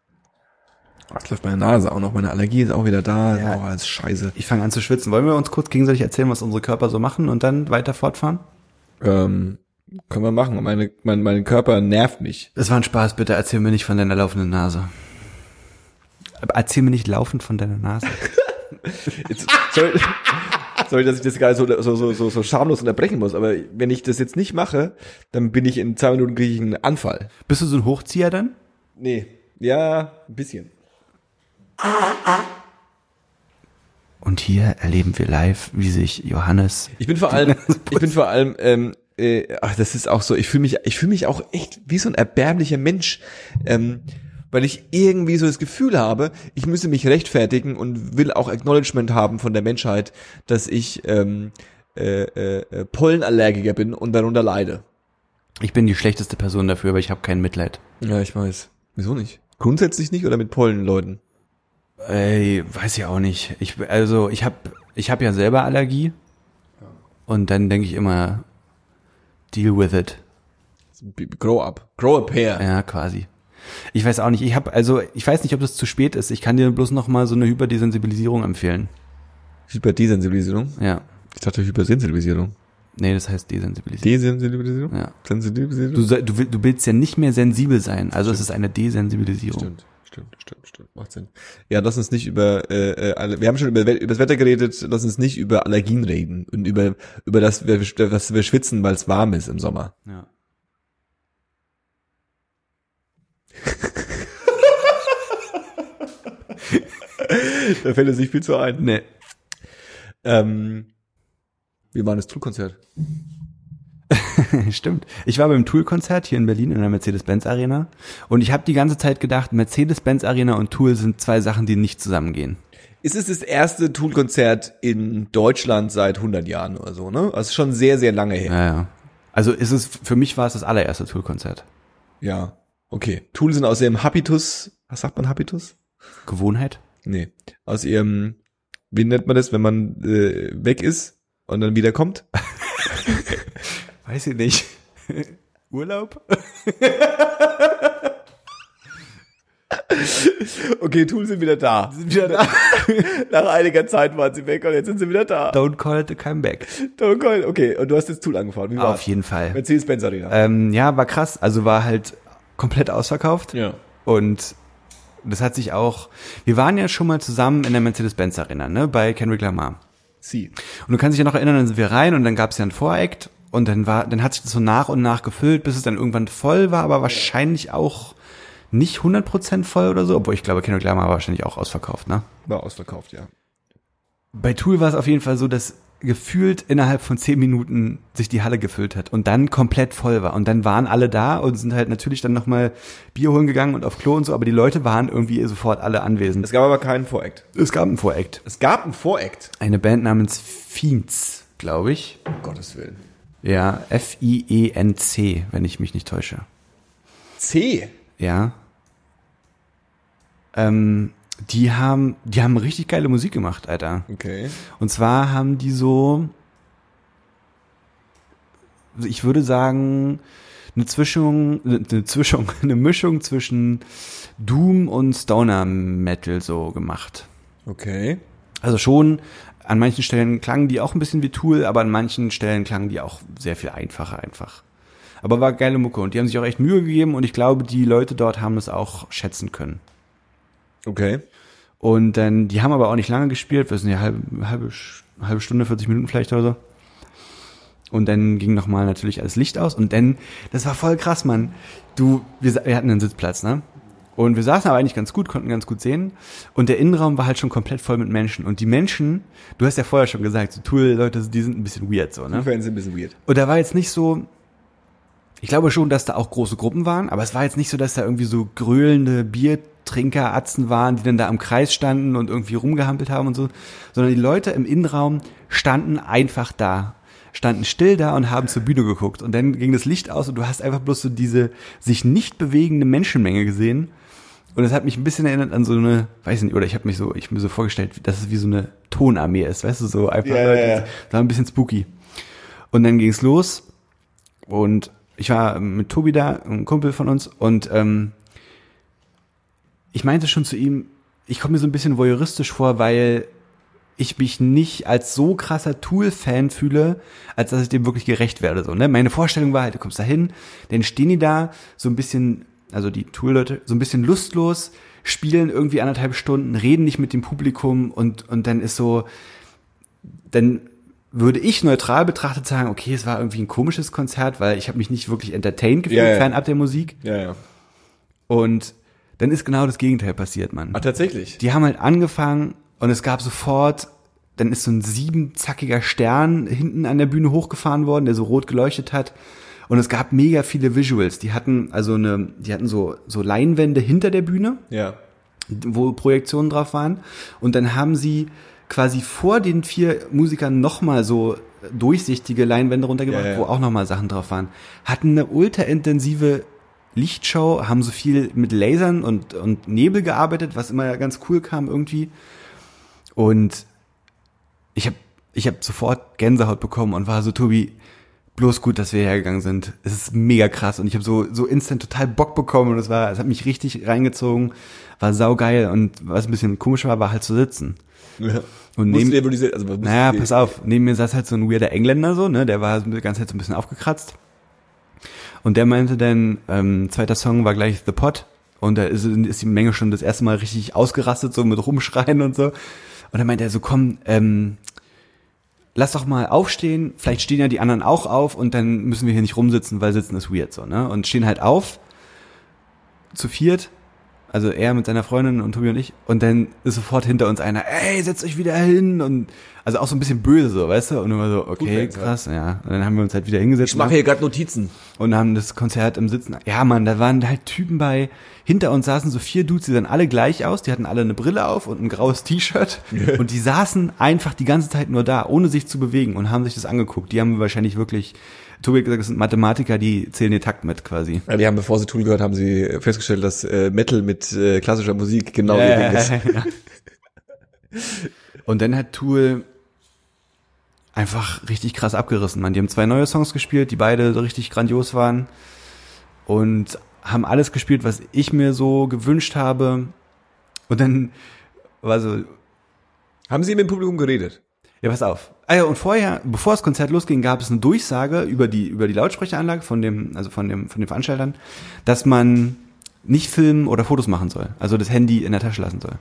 Ach, läuft meine Nase auch noch. Meine Allergie ist auch wieder da. Ja. Oh, alles scheiße. Ich fange an zu schwitzen. Wollen wir uns kurz gegenseitig erzählen, was unsere Körper so machen und dann weiter fortfahren? Ähm, können wir machen. Meine, mein, mein Körper nervt mich. Das war ein Spaß, bitte erzähl mir nicht von deiner laufenden Nase. Aber Erzähl mir nicht laufend von deiner Nase. Jetzt, sorry, sorry, dass ich das gerade so, so, so, so, so schamlos unterbrechen muss, aber wenn ich das jetzt nicht mache, dann bin ich in zwei Minuten kriege ich einen Anfall. Bist du so ein Hochzieher dann? Nee. Ja, ein bisschen. Und hier erleben wir live, wie sich Johannes. Ich bin vor allem, ich bin vor allem, ähm, äh, ach, das ist auch so, ich fühle mich, ich fühle mich auch echt wie so ein erbärmlicher Mensch, ähm, weil ich irgendwie so das Gefühl habe, ich müsse mich rechtfertigen und will auch Acknowledgement haben von der Menschheit, dass ich ähm, äh, äh, äh, Pollenallergiker bin und darunter leide. Ich bin die schlechteste Person dafür, aber ich habe kein Mitleid. Ja, ich weiß. Wieso nicht? Grundsätzlich nicht oder mit Pollenleuten? Ey, weiß ich auch nicht. Ich, also ich habe ich hab ja selber Allergie. Und dann denke ich immer, deal with it. B- Grow up. Grow a pair. Ja, quasi. Ich weiß auch nicht. Ich habe also, ich weiß nicht, ob das zu spät ist. Ich kann dir bloß noch mal so eine Hyperdesensibilisierung empfehlen. Hyperdesensibilisierung? Ja. Ich dachte Hypersensibilisierung. Nee, das heißt Desensibilisierung. Desensibilisierung? ja. Sensibilisierung? Du, soll- du, will- du willst ja nicht mehr sensibel sein. Also es ist eine Desensibilisierung. Stimmt, stimmt, stimmt, stimmt. Macht Sinn. Ja, lass uns nicht über, äh, äh, alle- wir haben schon über, We- über das Wetter geredet, lass uns nicht über Allergien reden und über, über das, wir- dass wir schwitzen, weil es warm ist im Sommer. Ja. Da fällt uns nicht viel zu ein. Nee. Ähm, wir waren das Tool-Konzert. Stimmt. Ich war beim Tool-Konzert hier in Berlin in der Mercedes-Benz-Arena und ich habe die ganze Zeit gedacht, Mercedes-Benz-Arena und Tool sind zwei Sachen, die nicht zusammengehen. Es ist das erste Tool-Konzert in Deutschland seit 100 Jahren oder so, ne? Also schon sehr, sehr lange her. Ja, ja. Also ist es, für mich war es das allererste Tool-Konzert. Ja. Okay. Tool sind aus ihrem Habitus, was sagt man Habitus? Gewohnheit? Nee. Aus ihrem, wie nennt man das, wenn man äh, weg ist und dann wieder kommt? Weiß ich nicht. Urlaub? okay, Tool sind wieder da. Sind wieder da. Nach einiger Zeit waren sie weg und jetzt sind sie wieder da. Don't call it a comeback. Don't call. Okay, und du hast jetzt Tool angefahren. Wie Auf war's? jeden Fall. Mercedes-Benz Arena. Ähm, ja, war krass. Also war halt komplett ausverkauft. Ja. Und das hat sich auch. Wir waren ja schon mal zusammen in der Mercedes-Benz Arena, ne? Bei Kendrick Lamar. Sie. Und du kannst dich ja noch erinnern, dann sind wir rein und dann gab es ja ein Voreact und dann war, dann hat sich das so nach und nach gefüllt, bis es dann irgendwann voll war, aber wahrscheinlich auch nicht 100% voll oder so, obwohl ich glaube, Kendrick Lamar war wahrscheinlich auch ausverkauft, ne? War ausverkauft, ja. Bei Tool war es auf jeden Fall so, dass gefühlt innerhalb von zehn Minuten sich die Halle gefüllt hat und dann komplett voll war. Und dann waren alle da und sind halt natürlich dann nochmal Bier holen gegangen und auf Klo und so, aber die Leute waren irgendwie sofort alle Es anwesend. gab aber keinen Voreact. Es gab ein Voreact. Es gab einen Voreact. Eine Band namens Fiends, glaube ich. Um Gottes Willen. Ja, F-I-E-N-C, wenn ich mich nicht täusche. C. Ja. Ähm, die haben, die haben richtig geile Musik gemacht, Alter. Okay. Und zwar haben die so, ich würde sagen, eine Zwischung, eine Zwischung, eine Mischung zwischen Doom und Stoner Metal so gemacht. Okay. Also schon, an manchen Stellen klangen die auch ein bisschen wie Tool, aber an manchen Stellen klangen die auch sehr viel einfacher einfach. Aber war geile Mucke und die haben sich auch echt Mühe gegeben und ich glaube, die Leute dort haben es auch schätzen können. Okay. Und dann, die haben aber auch nicht lange gespielt, wir sind ja halbe, halbe, Sch- halbe Stunde, 40 Minuten vielleicht oder so. Und dann ging nochmal natürlich alles Licht aus und dann, das war voll krass, Mann. Du, wir, sa- wir hatten einen Sitzplatz, ne? Und wir saßen aber eigentlich ganz gut, konnten ganz gut sehen. Und der Innenraum war halt schon komplett voll mit Menschen. Und die Menschen, du hast ja vorher schon gesagt, so Tool-Leute, die sind ein bisschen weird so, ne? Die Fans sind ein bisschen weird. Und da war jetzt nicht so, ich glaube schon, dass da auch große Gruppen waren, aber es war jetzt nicht so, dass da irgendwie so gröhlende Biertrinkeratzen waren, die dann da am Kreis standen und irgendwie rumgehampelt haben und so, sondern die Leute im Innenraum standen einfach da, standen still da und haben zur Bühne geguckt und dann ging das Licht aus und du hast einfach bloß so diese sich nicht bewegende Menschenmenge gesehen und das hat mich ein bisschen erinnert an so eine, weiß nicht, oder ich habe mich so, ich hab mir so vorgestellt, dass es wie so eine Tonarmee ist, weißt du, so einfach, Ja, Leute, ja, ja. das war ein bisschen spooky. Und dann ging's los und ich war mit Tobi da, ein Kumpel von uns, und ähm, ich meinte schon zu ihm, ich komme mir so ein bisschen voyeuristisch vor, weil ich mich nicht als so krasser Tool-Fan fühle, als dass ich dem wirklich gerecht werde. So, ne? Meine Vorstellung war halt, du kommst da hin, dann stehen die da so ein bisschen, also die Tool-Leute, so ein bisschen lustlos, spielen irgendwie anderthalb Stunden, reden nicht mit dem Publikum und, und dann ist so, dann würde ich neutral betrachtet sagen, okay, es war irgendwie ein komisches Konzert, weil ich habe mich nicht wirklich entertained gefühlt, Ja, ja. fernab der Musik. Ja, ja. Und dann ist genau das Gegenteil passiert, Mann. Ah, tatsächlich. Die haben halt angefangen und es gab sofort, dann ist so ein siebenzackiger Stern hinten an der Bühne hochgefahren worden, der so rot geleuchtet hat. Und es gab mega viele Visuals. Die hatten also eine, die hatten so, so Leinwände hinter der Bühne, ja. wo Projektionen drauf waren. Und dann haben sie quasi vor den vier Musikern nochmal so durchsichtige Leinwände runtergebracht, Ja, ja. wo auch nochmal Sachen drauf waren. Hatten eine ultraintensive Lichtshow, haben so viel mit Lasern und, und Nebel gearbeitet, was immer ganz cool kam irgendwie. Und ich habe ich hab sofort Gänsehaut bekommen und war so, Tobi, bloß gut, dass wir hergegangen sind. Es ist mega krass und ich habe so, so instant total Bock bekommen und es war, es hat mich richtig reingezogen, war saugeil und was ein bisschen komisch war, war halt zu sitzen. Und nehmen- nehmen, dir wohl diese, also, musst Naja, du dir- pass auf, neben mir saß halt so ein weirder Engländer so, ne, der war so die ganze Zeit so ein bisschen aufgekratzt. Und der meinte dann, ähm, zweiter Song war gleich The Pot. Und da ist, ist die Menge schon das erste Mal richtig ausgerastet, so mit rumschreien und so. Und dann meinte er so, komm, ähm, lass doch mal aufstehen, vielleicht stehen ja die anderen auch auf und dann müssen wir hier nicht rumsitzen, weil sitzen ist weird so, ne? Und stehen halt auf, zu viert, also er mit seiner Freundin und Tobi und ich, und dann ist sofort hinter uns einer, ey, setzt euch wieder hin und also auch so ein bisschen böse so, weißt du? Und immer so, okay, wenn's halt- krass, ja. Und dann haben wir uns halt wieder hingesetzt. Ich mache hier gerade Notizen. Und haben das Konzert im Sitzen. Ja, Mann, da waren halt Typen bei. Hinter uns saßen so vier Dudes, die sahen alle gleich aus. Die hatten alle eine Brille auf und ein graues T-Shirt. und die saßen einfach die ganze Zeit nur da, ohne sich zu bewegen und haben sich das angeguckt. Die haben wahrscheinlich wirklich Tobi hat gesagt, das sind Mathematiker, die zählen den Takt mit quasi. Ja, die Äh, haben, bevor sie Tool gehört haben, sie festgestellt, dass äh, Metal mit äh, klassischer Musik genau ihr Ding ist. ja. Und dann hat Tool einfach richtig krass abgerissen, man. Die haben zwei neue Songs gespielt, die beide so richtig grandios waren und haben alles gespielt, was ich mir so gewünscht habe. Und dann war so, Haben sie mit dem Publikum geredet? ja, pass auf. Ah ja, und vorher, bevor das Konzert losging, gab es eine Durchsage über die, über die Lautsprecheranlage von dem, also von dem, von den Veranstaltern, dass man nicht filmen oder Fotos machen soll. Also das Handy in der Tasche lassen soll.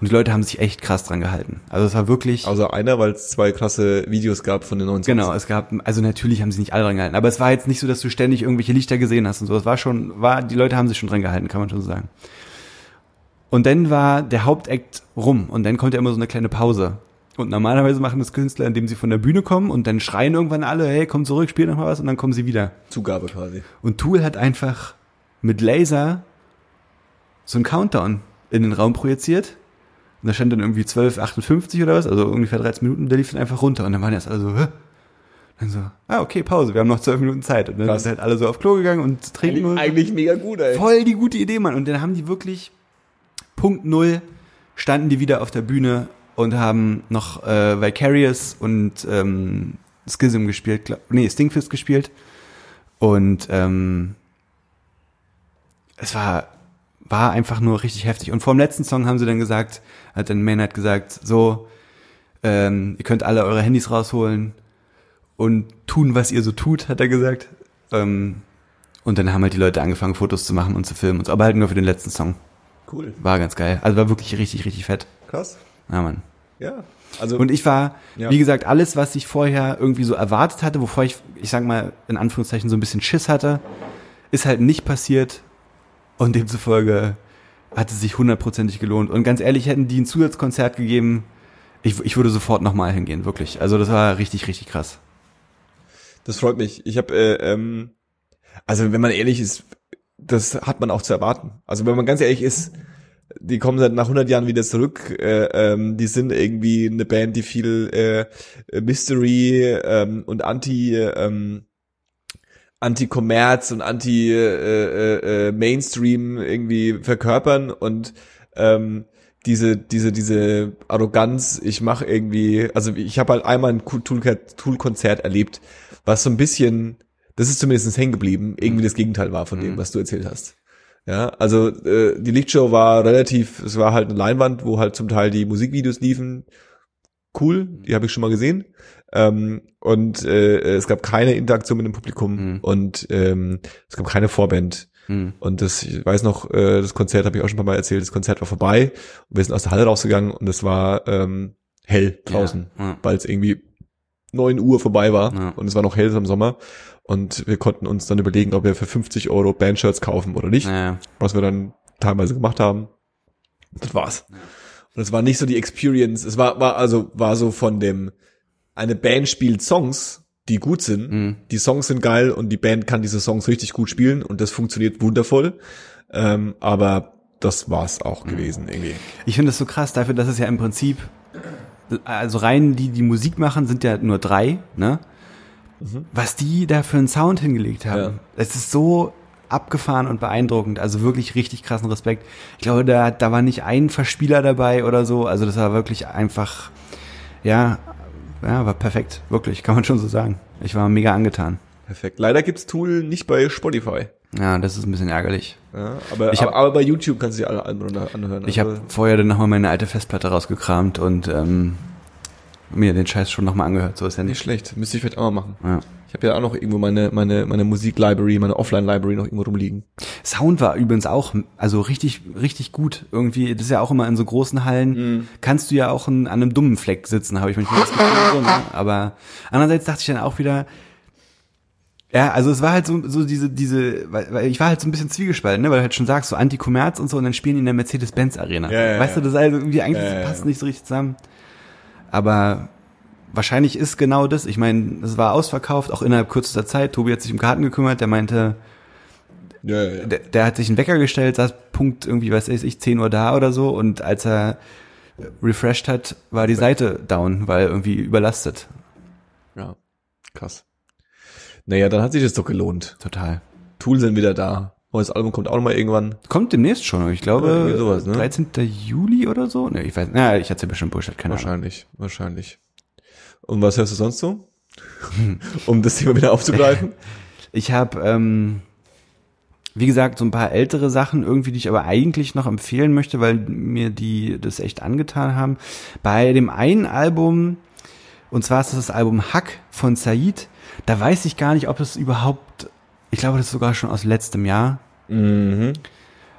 Und die Leute haben sich echt krass dran gehalten. Also es war wirklich. Außer einer, weil es zwei krasse Videos gab von den 90 Genau, es gab, also natürlich haben sie nicht alle dran gehalten, aber es war jetzt nicht so, dass du ständig irgendwelche Lichter gesehen hast und so. Es war schon, war, die Leute haben sich schon dran gehalten, kann man schon so sagen. Und dann war der Hauptakt rum und dann kommt ja immer so eine kleine Pause. Und normalerweise machen das Künstler, indem sie von der Bühne kommen und dann schreien irgendwann alle, hey, komm zurück, spiel noch mal was und dann kommen sie wieder. Zugabe quasi. Und Tool hat einfach mit Laser so einen Countdown in den Raum projiziert. Und da stand dann irgendwie 12,58 oder was, also ungefähr 13 Minuten, der lief dann einfach runter. Und dann waren jetzt alle so, hä? Dann so, ah, okay, Pause, wir haben noch 12 Minuten Zeit. Und dann Krass. sind halt alle so auf Klo gegangen und trinken. nur- Eigentlich mega gut, ey. Voll die gute Idee, Mann. Und dann haben die wirklich Punkt Null standen die wieder auf der Bühne und haben noch äh, Vicarious und ähm, Schism gespielt, glaub, nee, Stingfist gespielt. Und ähm, es war, war einfach nur richtig heftig. Und vor dem letzten Song haben sie dann gesagt, hat dann Maynard gesagt, so, ähm, ihr könnt alle eure Handys rausholen und tun, was ihr so tut, hat er gesagt. Ähm, und dann haben halt die Leute angefangen, Fotos zu machen und zu filmen und so, aber halt nur für den letzten Song. Cool. War ganz geil. Also war wirklich richtig, richtig fett. Krass. Ja, Mann. Ja. Also, Und ich war, Ja. wie gesagt, alles, was ich vorher irgendwie so erwartet hatte, wovor ich, ich sag mal, in Anführungszeichen so ein bisschen Schiss hatte, ist halt nicht passiert. Und demzufolge hat es sich hundertprozentig gelohnt. Und ganz ehrlich, hätten die ein Zusatzkonzert gegeben, ich, ich würde sofort nochmal hingehen, wirklich. Also das war richtig, richtig krass. das freut mich. Ich habe, äh, ähm, also wenn man ehrlich ist, das hat man auch zu erwarten. Also wenn man ganz ehrlich ist, die kommen seit nach 100 Jahren wieder zurück. Äh, ähm, die sind irgendwie eine Band, die viel äh, Mystery ähm, und Anti äh, ähm, Anti-Kommerz und Anti-Mainstream äh, äh, Mainstream irgendwie verkörpern und ähm, diese diese diese Arroganz. Ich mache irgendwie, also ich habe halt einmal ein Cool- Tool- Tool-Konzert erlebt, was so ein bisschen, das ist zumindest hängen geblieben, irgendwie das Gegenteil war von dem, was du erzählt hast. Ja, also äh, die Lichtshow war relativ, es war halt eine Leinwand, wo halt zum Teil die Musikvideos liefen. Cool, die habe ich schon mal gesehen. Ähm, und äh, es gab keine Interaktion mit dem Publikum Mhm. und ähm, es gab keine Vorband. Hm. Und das, ich weiß noch, äh, das Konzert habe ich auch schon ein paar Mal erzählt, das Konzert war vorbei und wir sind aus der Halle rausgegangen und es war ähm, hell draußen, Ja. Ja. weil es irgendwie 9 Uhr vorbei war Ja. und es war noch hell im Sommer. Und wir konnten uns dann überlegen, ob wir für 50 Euro Bandshirts kaufen oder nicht Naja. was wir dann teilweise gemacht haben. Das war's. Und es war nicht so die Experience. Es war, war also war so von dem eine Band spielt Songs, die gut sind. Mhm. Die Songs sind geil und die Band kann diese Songs richtig gut spielen und das funktioniert wundervoll. Ähm, aber das war's auch Mhm. gewesen irgendwie. Ich finde das so krass dafür, dass es ja im Prinzip, also rein die, die Musik machen, sind ja nur drei, ne? Was die da für einen Sound hingelegt haben. Es ist so abgefahren und beeindruckend, also wirklich richtig krassen Respekt. Ich glaube, da, da war nicht ein Verspieler dabei oder so, also das war wirklich einfach, ja, ja, war perfekt, wirklich, kann man schon so sagen. Ich war mega angetan. Perfekt. Leider gibt's Tool nicht bei Spotify. Ja, das ist ein bisschen ärgerlich. Ja, aber, Ich hab- aber, aber bei YouTube kannst du dir alle Alben anhören. Ich habe Also, vorher dann nochmal meine alte Festplatte rausgekramt und ähm, mir den Scheiß schon nochmal angehört. So ist ja nicht nicht schlecht. Müsste ich vielleicht auch mal machen. Ja. Ich habe ja auch noch irgendwo meine meine meine Musiklibrary, meine Offline-Library noch irgendwo rumliegen. Sound war übrigens auch, also richtig, richtig gut. Irgendwie, das ist ja auch immer in so großen Hallen, Mhm. kannst du ja auch in, an einem dummen Fleck sitzen, habe ich manchmal das Gefühl. So, ne? Aber andererseits dachte ich dann auch wieder, ja, also es war halt so, so diese, diese, weil, weil ich war halt so ein bisschen zwiegespalten, ne? weil du halt schon sagst, so Anti-Kommerz und so, und dann spielen die in der Mercedes-Benz-Arena. Ja, ja, weißt du, das ist also irgendwie eigentlich Ja, ja, ja. passt nicht so richtig zusammen. Aber wahrscheinlich ist genau das. Ich meine, es war ausverkauft, auch innerhalb kürzester Zeit. Tobi hat sich um Karten gekümmert, der meinte, Ja, ja, ja. der, der hat sich einen Wecker gestellt, saß Punkt irgendwie, weiß ich, ich, 10 Uhr da oder so und als er refreshed hat, war die Seite down, weil irgendwie überlastet. Ja, krass. Naja, dann hat sich das doch gelohnt. Total. Tool sind wieder da. Neues Album kommt auch noch mal irgendwann. Kommt demnächst schon, ich Ja, glaube irgendwie sowas, ne? 13. Juli oder so. Ne, ich weiß, na, ich erzähl bestimmt Bullshit, keine Ahnung. Wahrscheinlich, wahrscheinlich. Und was hörst du sonst so? um das Thema wieder aufzugreifen. Ich habe, ähm, wie gesagt, so ein paar ältere Sachen irgendwie, die ich aber eigentlich noch empfehlen möchte, weil mir die das echt angetan haben. Bei dem einen Album, und zwar ist das das Album Hack von Said, da weiß ich gar nicht, ob es überhaupt, ich glaube, das ist sogar schon aus letztem Jahr, Mhm.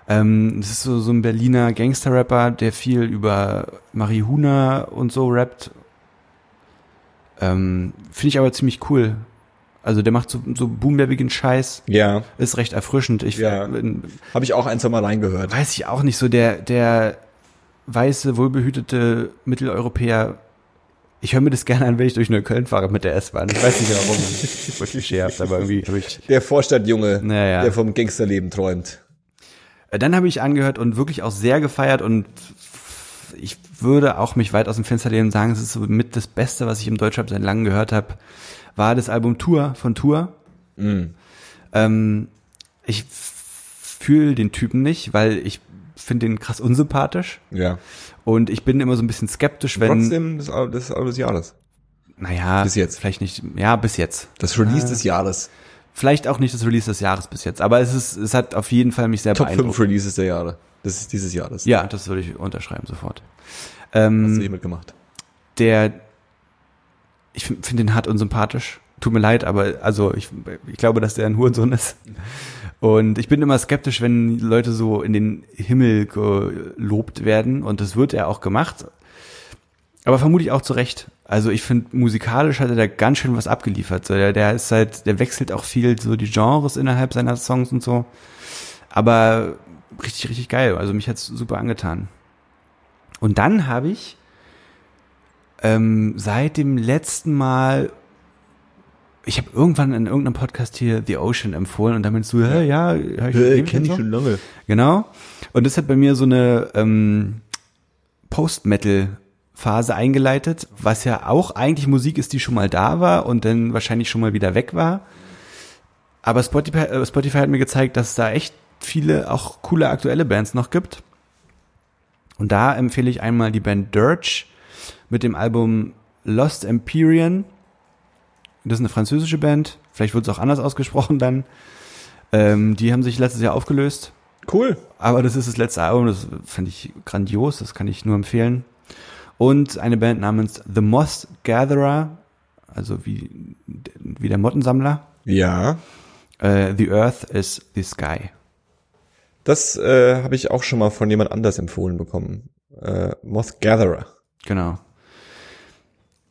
Ähm, das ist so, so ein Berliner Gangster-Rapper, der viel über Marihuna und so rappt. Ähm, Finde ich aber ziemlich cool. Also der macht so, so boombebigen Scheiß, Ja, ist recht erfrischend. Ich Ja. habe ich auch ein, zwei Mal reingehört. weiß ich auch nicht so, der, der weiße, wohlbehütete Mitteleuropäer. Ich höre mir das gerne an, wenn ich durch Neukölln fahre mit der S-Bahn. Ich weiß nicht warum. Ist Wirklich scherz, aber irgendwie habe ich Der Vorstadtjunge, Naja. der vom Gangsterleben träumt. Äh, Dann habe ich angehört und wirklich auch sehr gefeiert und f- ich würde auch mich weit aus dem Fenster lehnen und sagen, es ist so mit das Beste, was ich im Deutschrap seit langem gehört habe, war das Album Tour von Tour. Mhm. Ähm, ich fühle den Typen nicht, weil ich finde den krass unsympathisch Ja. und ich bin immer so ein bisschen skeptisch, wenn, Trotzdem das, Al- das Album des Jahres. naja, Bis jetzt. vielleicht nicht, ja, bis jetzt. Das Release des Jahres. Vielleicht auch nicht das Release des Jahres bis jetzt, aber es ist, es hat auf jeden Fall mich sehr Top 5 beeindruckt. Releases der Jahre. Das ist dieses Jahres. Ja, das würde ich unterschreiben sofort. Ähm, Hast du eh mitgemacht. der ich finde find den hart unsympathisch. Tut mir leid, aber also ich, ich glaube, dass der ein Hurensohn ist. Und ich bin immer skeptisch, wenn Leute so in den Himmel gelobt werden und das wird er auch gemacht. Aber vermutlich auch zu Recht. Also ich finde, musikalisch hat er da ganz schön was abgeliefert. So, der, der ist halt, der wechselt auch viel so die Genres innerhalb seiner Songs und so. Aber richtig, richtig geil. Also mich hat's super angetan. Und dann habe ich ähm, seit dem letzten Mal, ich habe irgendwann in irgendeinem Podcast hier The Ocean empfohlen und damit so, hä, ja, hör ich, Äh, nehm ich und so. lange. Genau. Und das hat bei mir so eine ähm, Post-Metal-Phase eingeleitet, was ja auch eigentlich Musik ist, die schon mal da war und dann wahrscheinlich schon mal wieder weg war. Aber Spotify, äh, Spotify hat mir gezeigt, dass es da echt viele auch coole aktuelle Bands noch gibt. Und da empfehle ich einmal die Band Dirge mit dem Album Lost Empyrean. Das ist eine französische Band. Vielleicht wird es auch anders ausgesprochen dann. Ähm, die haben sich letztes Jahr aufgelöst. Cool. Aber das ist das letzte Album, das fand ich grandios, das kann ich nur empfehlen. Und eine Band namens The Moss Gatherer, also wie, wie der Mottensammler. Ja. Äh, the Earth is the Sky. Das äh, habe ich auch schon mal von jemand anders empfohlen bekommen. Äh, Moth Gatherer. Genau.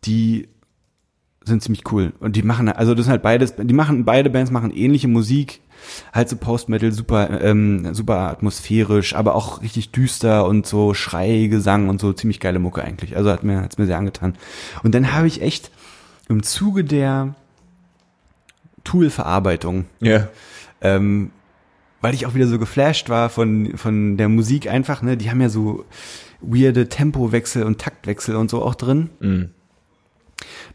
Die sind ziemlich cool. Und die machen, also das sind halt beides, die machen, beide Bands machen ähnliche Musik, halt so Post-Metal, super, ähm, super atmosphärisch, aber auch richtig düster und so Schrei, Gesang und so ziemlich geile Mucke eigentlich. Also hat mir, hat's mir sehr angetan. Und dann habe ich echt im Zuge der Tool-Verarbeitung Ja. ähm, weil ich auch wieder so geflasht war von, von der Musik einfach, ne? Die haben ja so weirde Tempowechsel und Taktwechsel und so auch drin. Mhm.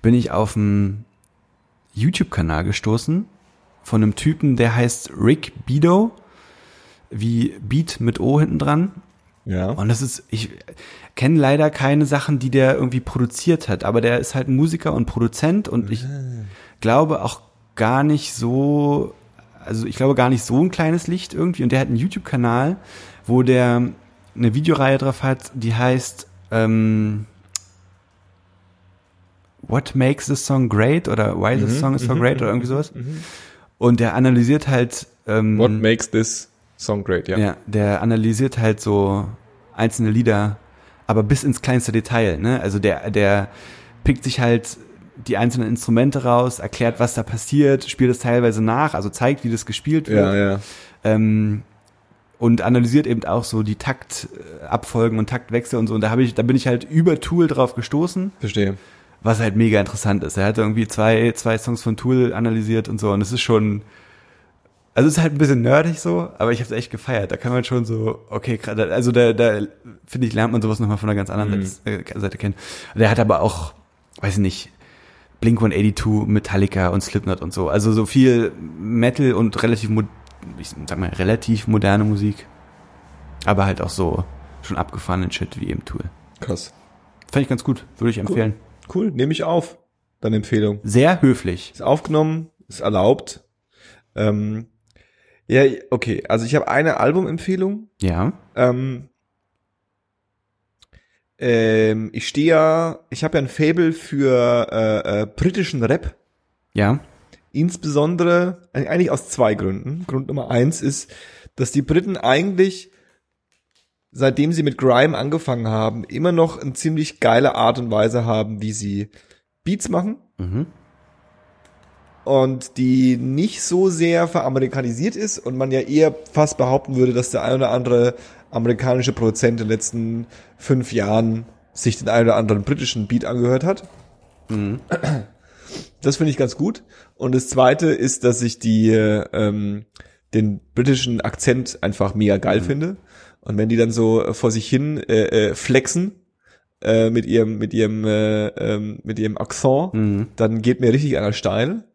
Bin ich auf einen YouTube-Kanal gestoßen von einem Typen, der heißt Rick Bido, wie Beat mit O hinten dran. Ja. Und das ist, ich kenne leider keine Sachen, die der irgendwie produziert hat, aber der ist halt ein Musiker und Produzent und ich glaube auch gar nicht so, also ich glaube gar nicht so ein kleines Licht irgendwie. Und der hat einen YouTube-Kanal, wo der eine Videoreihe drauf hat, die heißt ähm, What Makes This Song Great oder Why Mhm, This Song Is So Great oder irgendwie sowas. Und der analysiert halt. Ähm, What makes this song great? Ja. ja, der analysiert halt so einzelne Lieder, aber bis ins kleinste Detail, ne? Also der, der pickt sich halt die einzelnen Instrumente raus, erklärt, was da passiert, spielt es teilweise nach, also zeigt, wie das gespielt wird. Ja, ja. Ähm, und analysiert eben auch so die Taktabfolgen und Taktwechsel und so. Und da habe ich, da bin ich halt über Tool drauf gestoßen, Verstehe. was halt mega interessant ist. Er hat irgendwie zwei, zwei Songs von Tool analysiert und so. Und es ist schon, also es ist halt ein bisschen nerdig so, aber ich habe es echt gefeiert. Da kann man schon so, okay, gerade, also da, da finde ich, lernt man sowas nochmal von einer ganz anderen Seite, äh, Seite kennen. Der hat aber auch, weiß ich nicht, Blink 182, Metallica und Slipknot und so. Also so viel Metal und relativ, mo- ich sag mal, relativ moderne Musik. Aber halt auch so schon abgefahrenen Shit wie eben Tool. Krass. Fand ich ganz gut, würde ich empfehlen. Cool, nehme ich auf. Deine Empfehlung. Sehr höflich. Ist aufgenommen, ist erlaubt. Ähm, ja, okay. Also ich habe eine Albumempfehlung. Ja. Ähm, ähm, ich stehe ja, ich habe ja ein Fable für äh, äh, britischen Rap. Ja. Insbesondere, eig- eigentlich aus zwei Gründen. Grund Nummer eins ist, dass die Briten eigentlich, seitdem sie mit Grime angefangen haben, immer noch eine ziemlich geile Art und Weise haben, wie sie Beats machen Mhm. und die nicht so sehr veramerikanisiert ist und man ja eher fast behaupten würde, dass der ein oder andere amerikanische Produzent in den letzten fünf Jahren sich den ein oder anderen britischen Beat angehört hat. Das finde ich ganz gut. Und das Zweite ist, dass ich die äh, ähm, den britischen Akzent einfach mega geil finde. Und wenn die dann so äh, vor sich hin äh, äh, flexen äh, mit ihrem mit ihrem äh, ähm, mit ihrem Akzent, dann geht mir richtig einer steil.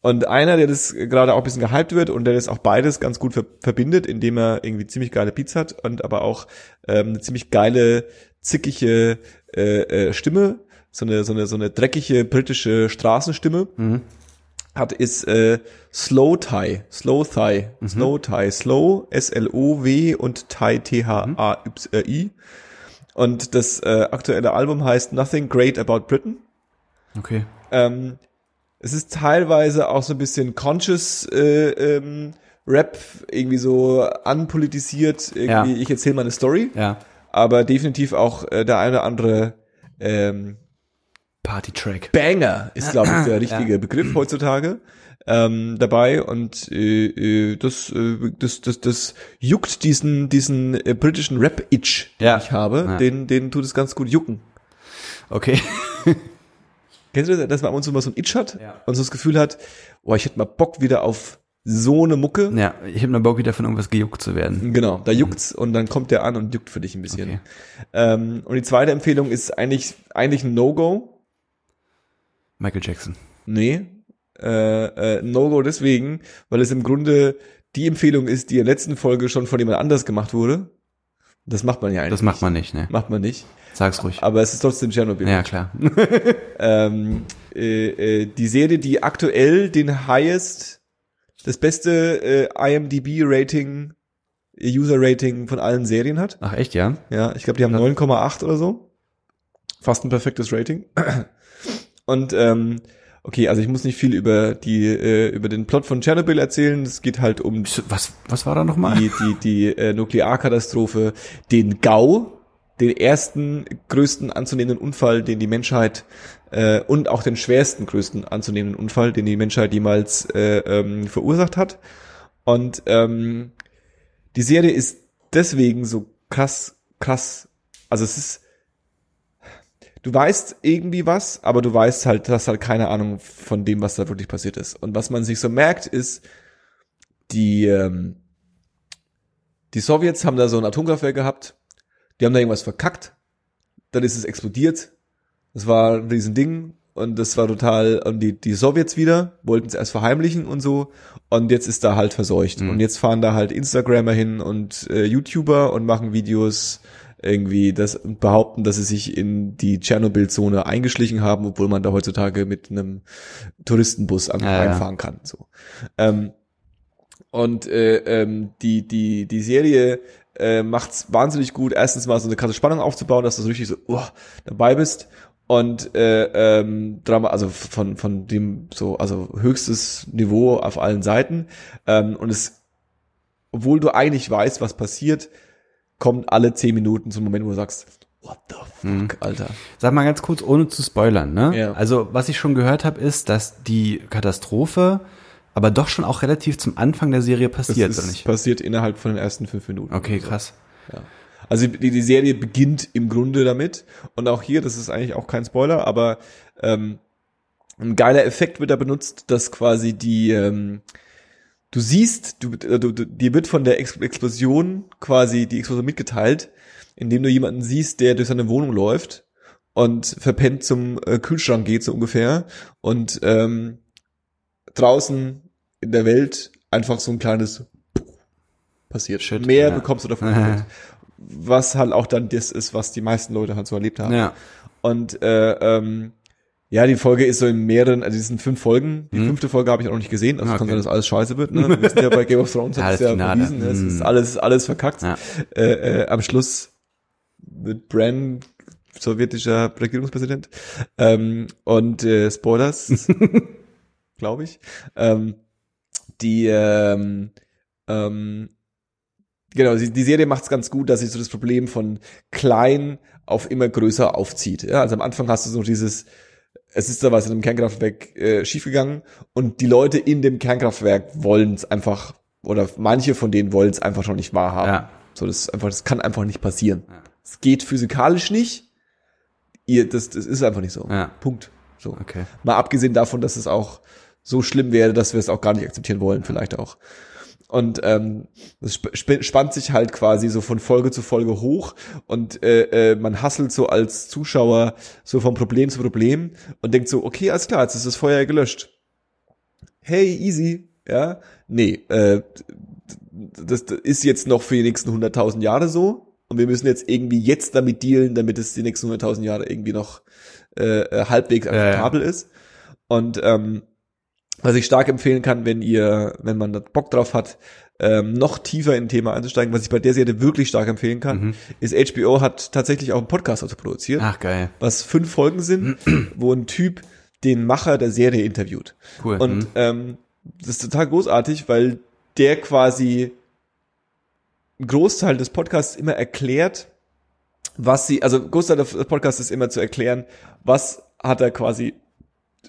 Und einer, der das gerade auch ein bisschen gehypt wird und der das auch beides ganz gut ver verbindet, indem er irgendwie ziemlich geile Beats hat und aber auch ähm, eine ziemlich geile, zickige äh, äh, Stimme, so eine, so eine, so eine dreckige britische Straßenstimme hat, ist äh, Slow Thai. Slow Thai. Slow Thai. Slow, S-L-O-W und Thai, T-H-A-Y-I. Und das äh, aktuelle Album heißt Nothing Great About Britain. Okay. Ähm, es ist teilweise auch so ein bisschen conscious äh, ähm, Rap, irgendwie so unpolitisiert, irgendwie Ja. ich erzähle meine Story, Ja. aber definitiv auch äh, der eine oder andere ähm, Party-Track. Banger ist, glaube ich, der richtige Begriff heutzutage ähm, dabei und äh, äh, das, äh, das, das, das juckt diesen, diesen äh, britischen Rap-Itch, den Ja. ich habe, Ja. den, den tut es ganz gut jucken. Okay. Kennst du das, dass man ab und zu mal so ein Itch hat Ja. und so das Gefühl hat, oh, ich hätte mal Bock wieder auf so eine Mucke. Ja, ich hab nur Bock wieder von irgendwas gejuckt zu werden. Genau, da juckt's und dann kommt der an und juckt für dich ein bisschen. Mhm. Okay. Ähm, und die zweite Empfehlung ist eigentlich, eigentlich ein No-Go. Michael Jackson. Nee. Äh, äh, No-Go deswegen, weil es im Grunde die Empfehlung ist, die in der letzten Folge schon von jemand anders gemacht wurde. Das macht man ja eigentlich. Das macht man nicht, ne? nicht. Macht man nicht. Sag's ruhig. Aber es ist trotzdem Tschernobyl. Ja, klar. Ähm, äh, äh, die Serie, die aktuell den highest, das beste äh, IMDb-Rating, äh, User-Rating von allen Serien hat. Ach, echt, ja? Ja, ich glaube, die haben 9,8 oder so. Fast ein perfektes Rating. Und ähm, okay, also ich muss nicht viel über die äh, über den Plot von Tschernobyl erzählen. Es geht halt um die Was, was war da nochmal? die die äh, Nuklearkatastrophe, den Gau, den ersten größten anzunehmenden Unfall, den die Menschheit äh, und auch den schwersten größten anzunehmenden Unfall, den die Menschheit jemals äh, ähm, verursacht hat. Und ähm, die Serie ist deswegen so krass, krass. Also es ist, du weißt irgendwie was, aber du weißt halt, du hast halt keine Ahnung von dem, was da wirklich passiert ist. Und was man sich so merkt, ist, die, ähm, die Sowjets haben da so ein Atomkraftwerk gehabt, die haben da irgendwas verkackt, dann ist es explodiert, das war ein Riesending und das war total, und die, die Sowjets wieder, wollten es erst verheimlichen und so, und jetzt ist da halt verseucht. Mhm. Und jetzt fahren da halt Instagrammer hin und äh, YouTuber und machen Videos irgendwie das und behaupten, dass sie sich in die Tschernobyl-Zone eingeschlichen haben, obwohl man da heutzutage mit einem Touristenbus an, Ja, ja. einfahren kann. So. Ähm, und äh, ähm, die, die, die Serie äh, macht's wahnsinnig gut, erstens mal so eine krasse Spannung aufzubauen, dass du so richtig so oh, dabei bist. Und äh, ähm, Drama, also von, von dem so, also höchstes Niveau auf allen Seiten. Ähm, und es, obwohl du eigentlich weißt, was passiert, kommen alle zehn Minuten zum Moment, wo du sagst, what the fuck, Hm. Alter. Sag mal ganz kurz, ohne zu spoilern, ne? Ja. Also, was ich schon gehört habe, ist, dass die Katastrophe aber doch schon auch relativ zum Anfang der Serie Das passiert, oder ist, nicht? passiert innerhalb von den ersten fünf Minuten. Okay, krass. Also die, die Serie beginnt im Grunde damit. Und auch hier, das ist eigentlich auch kein Spoiler, aber ähm, ein geiler Effekt wird da benutzt, dass quasi die, ähm, du siehst, du, äh, du, du, dir wird von der Ex Explosion quasi die Explosion mitgeteilt, indem du jemanden siehst, der durch seine Wohnung läuft und verpennt zum äh, Kühlschrank geht so ungefähr und ähm, draußen in der Welt einfach so ein kleines passiert. Shit, Mehr ja. bekommst du davon nicht mit. Was halt auch dann das ist, was die meisten Leute halt so erlebt haben. Ja. Und äh, ähm, ja, die Folge ist so in mehreren, also es sind fünf Folgen. Die fünfte Folge habe ich auch noch nicht gesehen. Also es kann Mhm. Ah, Okay. sein, dass alles scheiße wird. Ne? Wir wissen ja, bei Game of Thrones Ja, hat es das ja Finale. bewiesen. ne? Es ist Mm. alles, alles verkackt. Ja. Äh, äh, am Schluss wird Bran sowjetischer Regierungspräsident. Ähm, und äh, Spoilers, glaube ich. Ähm, die ähm, ähm, Genau, die, die Serie macht es ganz gut, dass sie so das Problem von klein auf immer größer aufzieht. Ja, also am Anfang hast du so dieses, es ist da was in einem Kernkraftwerk äh, schiefgegangen und die Leute in dem Kernkraftwerk wollen es einfach, oder manche von denen wollen es einfach schon nicht wahrhaben. Ja. So, das ist einfach, das kann einfach nicht passieren. Es geht physikalisch nicht. Ihr, das, das ist einfach nicht so. Ja. Punkt. So. Okay. Mal abgesehen davon, dass es auch so schlimm wäre, dass wir es auch gar nicht akzeptieren wollen, vielleicht auch. Und ähm, es sp sp spannt sich halt quasi so von Folge zu Folge hoch und äh, äh, man hasselt so als Zuschauer so von Problem zu Problem und denkt so, okay, alles klar, jetzt ist das Feuer gelöscht. Hey, easy, ja. Nee, äh, das, das ist jetzt noch für die nächsten 100.000 Jahre so und wir müssen jetzt irgendwie jetzt damit dealen, damit es die nächsten 100.000 Jahre irgendwie noch äh, äh, halbwegs ja. akzeptabel ist. Und ähm, was ich stark empfehlen kann, wenn ihr, wenn man da Bock drauf hat, ähm, noch tiefer in ein Thema einzusteigen, was ich bei der Serie wirklich stark empfehlen kann, ist HBO hat tatsächlich auch einen Podcast dazu produziert, Ach, geil. was fünf Folgen sind, wo ein Typ den Macher der Serie interviewt. Cool. Und Mhm. ähm, das ist total großartig, weil der quasi einen Großteil des Podcasts immer erklärt, was sie, also ein Großteil des Podcasts ist immer zu erklären, was hat er quasi,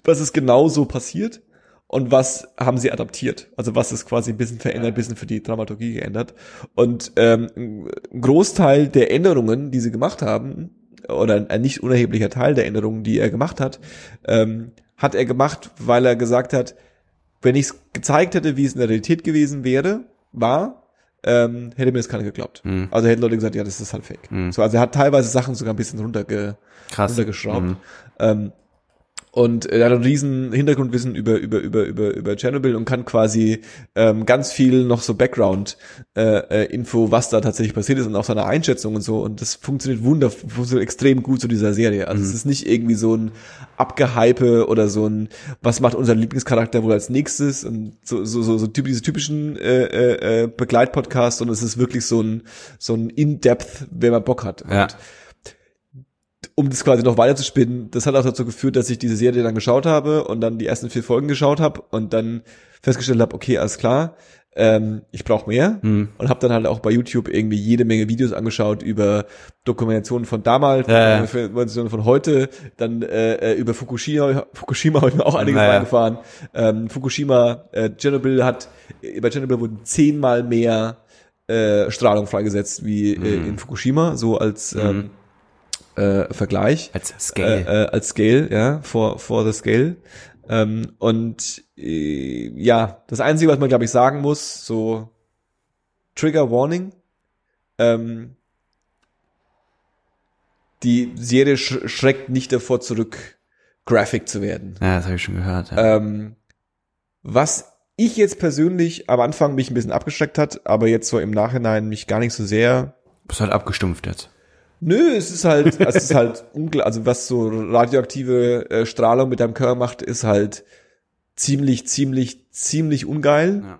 was ist genau so passiert und was haben sie adaptiert. Also was ist quasi ein bisschen verändert, ein bisschen für die Dramaturgie geändert. Und ähm, ein Großteil der Änderungen, die sie gemacht haben, oder ein- ein nicht unerheblicher Teil der Änderungen, die er gemacht hat, ähm, hat er gemacht, weil er gesagt hat, wenn ich es gezeigt hätte, wie es in der Realität gewesen wäre, war, ähm, hätte mir das keiner geglaubt. Also hätten Leute gesagt, ja, das ist halt fake. So, also er hat teilweise Sachen sogar ein bisschen runterge Krass. Mhm. runtergeschraubt. Ähm, und er hat einen riesen Hintergrundwissen über über über über über Tschernobyl und kann quasi ähm, ganz viel noch so Background äh, äh, Info, was da tatsächlich passiert ist und auch seine Einschätzung und so und das funktioniert wunder funktioniert extrem gut zu dieser Serie. Also es ist nicht irgendwie so ein Abgehype oder so ein was macht unser Lieblingscharakter wohl als nächstes und so so so, so typ, diese typischen äh, äh, äh, Begleitpodcasts und es ist wirklich so ein so ein in-depth, wenn man Bock hat. Ja. Und um das quasi noch weiter zu spinnen, das hat auch dazu geführt, dass ich diese Serie dann geschaut habe und dann die ersten vier Folgen geschaut habe und dann festgestellt habe, okay, alles klar, ähm, ich brauche mehr Hm. und habe dann halt auch bei YouTube irgendwie jede Menge Videos angeschaut über Dokumentationen von damals, Ja, ja. Dokumentationen von heute, dann äh, äh, über Fukushima, Fukushima habe ich mir auch einiges Ja, ja. reingefahren. Ähm, Fukushima, äh, Chernobyl hat, äh, bei Chernobyl wurden zehnmal mehr äh, Strahlung freigesetzt wie Hm. äh, in Fukushima, so als ähm, äh, Vergleich. Als Scale. Äh, äh, als Scale, ja, for, for the Scale. Ähm, und äh, ja, das Einzige, was man, glaube ich, sagen muss, so Trigger Warning. Ähm, die Serie sch schreckt nicht davor zurück, graphic zu werden. ja, das habe ich schon gehört. Ja. Ähm, was ich jetzt persönlich am Anfang mich ein bisschen abgeschreckt hat, aber jetzt so im Nachhinein mich gar nicht so sehr Bist halt abgestumpft jetzt. Nö, es ist halt, es ist halt unklar. Also was so radioaktive äh, Strahlung mit deinem Körper macht, ist halt ziemlich, ziemlich, ziemlich ungeil. Ja.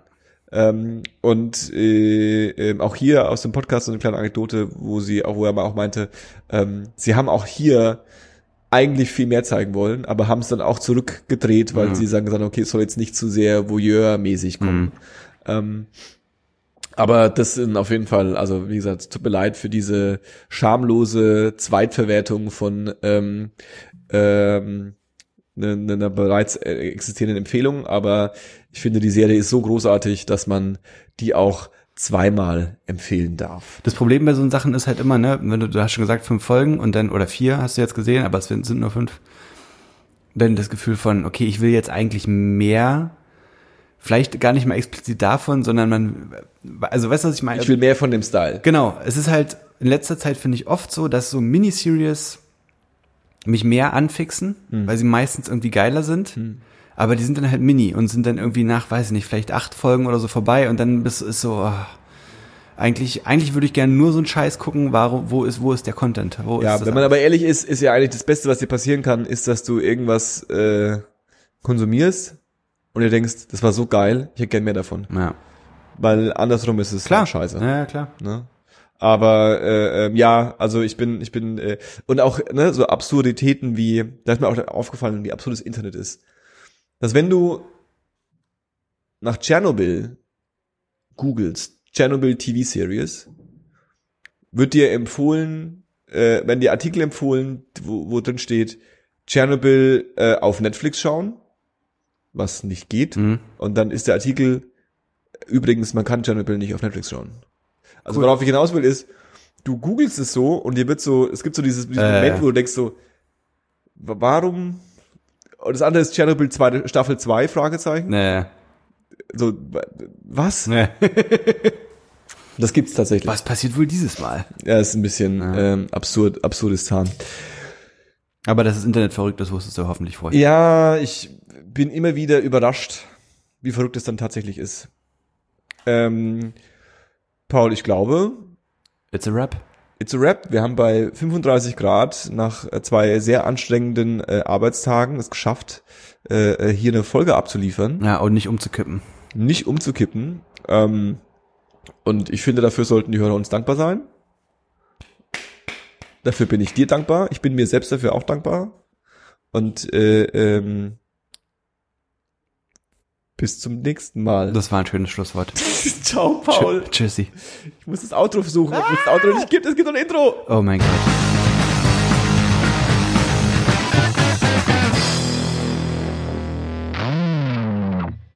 Ähm, und äh, ähm, auch hier aus dem Podcast so eine kleine Anekdote, wo sie auch, wo er mal auch meinte, ähm, sie haben auch hier eigentlich viel mehr zeigen wollen, aber haben es dann auch zurückgedreht, weil sie sagen, gesagt, haben, okay, es soll jetzt nicht zu sehr Voyeur-mäßig kommen. Ähm, aber das sind auf jeden Fall, also wie gesagt, tut mir leid für diese schamlose Zweitverwertung von ähm, ähm, ne- ne- einer bereits äh, existierenden Empfehlung, aber ich finde, die Serie ist so großartig, dass man die auch zweimal empfehlen darf. Das Problem bei so Sachen ist halt immer, ne, wenn du, du hast schon gesagt, fünf Folgen und dann, oder vier hast du jetzt gesehen, aber es sind sind nur fünf. Dann das Gefühl von, okay, ich will jetzt eigentlich mehr, vielleicht gar nicht mal explizit davon, sondern man, also weißt du, was ich meine? Ich will mehr von dem Style. Genau, es ist halt in letzter Zeit finde ich oft so, dass so Miniseries mich mehr anfixen, Mhm. weil sie meistens irgendwie geiler sind. Mhm. Aber die sind dann halt mini und sind dann irgendwie nach, weiß ich nicht, vielleicht acht Folgen oder so vorbei und dann bist, ist so, ah, eigentlich, eigentlich würde ich gerne nur so einen Scheiß gucken, warum, wo ist, wo ist der Content? Wo ist Ja, das wenn man alles? aber ehrlich ist, ist ja eigentlich das Beste, was dir passieren kann, ist, dass du irgendwas äh, konsumierst und dir denkst, das war so geil, ich hätte gern mehr davon. ja. Weil andersrum ist es Klar, halt scheiße. Ja, klar. Ne? Aber äh, ähm, ja, also ich bin, ich bin äh, und auch ne, so Absurditäten wie, da ist mir auch aufgefallen, wie absurd das Internet ist. Dass wenn du nach Tschernobyl googelst, Tschernobyl TV Series, wird dir empfohlen, äh, werden dir Artikel empfohlen, wo, wo drin steht, Tschernobyl äh, auf Netflix schauen, was nicht geht. Mhm. Und dann ist der Artikel, übrigens, man kann Chernobyl nicht auf Netflix schauen. Also Cool. worauf ich hinaus will ist, du googelst es so und dir wird so, es gibt so dieses, diesen Äh. Moment, wo du denkst so, wa- warum? Und das andere ist Chernobyl zweite, Staffel 2, Fragezeichen. Nee. So, wa- was? nee. Das gibt's tatsächlich. Was passiert wohl dieses Mal? Ja, ist ein bisschen Ja. ähm, absurd, absurdistan. Aber dass das Internet verrückt ist, wusstest du hoffentlich vorher. Ja, ich bin immer wieder überrascht, wie verrückt es dann tatsächlich ist. Ähm, Paul, ich glaube, It's a Rap. It's a Wrap. Wir haben bei 35 Grad nach äh, zwei sehr anstrengenden äh, Arbeitstagen es geschafft, äh, äh, hier eine Folge abzuliefern, Ja, und nicht umzukippen. nicht umzukippen. Ähm, und ich finde, dafür sollten die Hörer uns dankbar sein. Dafür bin ich dir dankbar. Ich bin mir selbst dafür auch dankbar. Und äh, ähm, bis zum nächsten Mal. Das war ein schönes Schlusswort. Ciao, Tschü- Tschüssi. Ich muss das Outro suchen, obwohl es das Outro nicht gibt. Es gibt noch ein Intro. Oh mein Gott.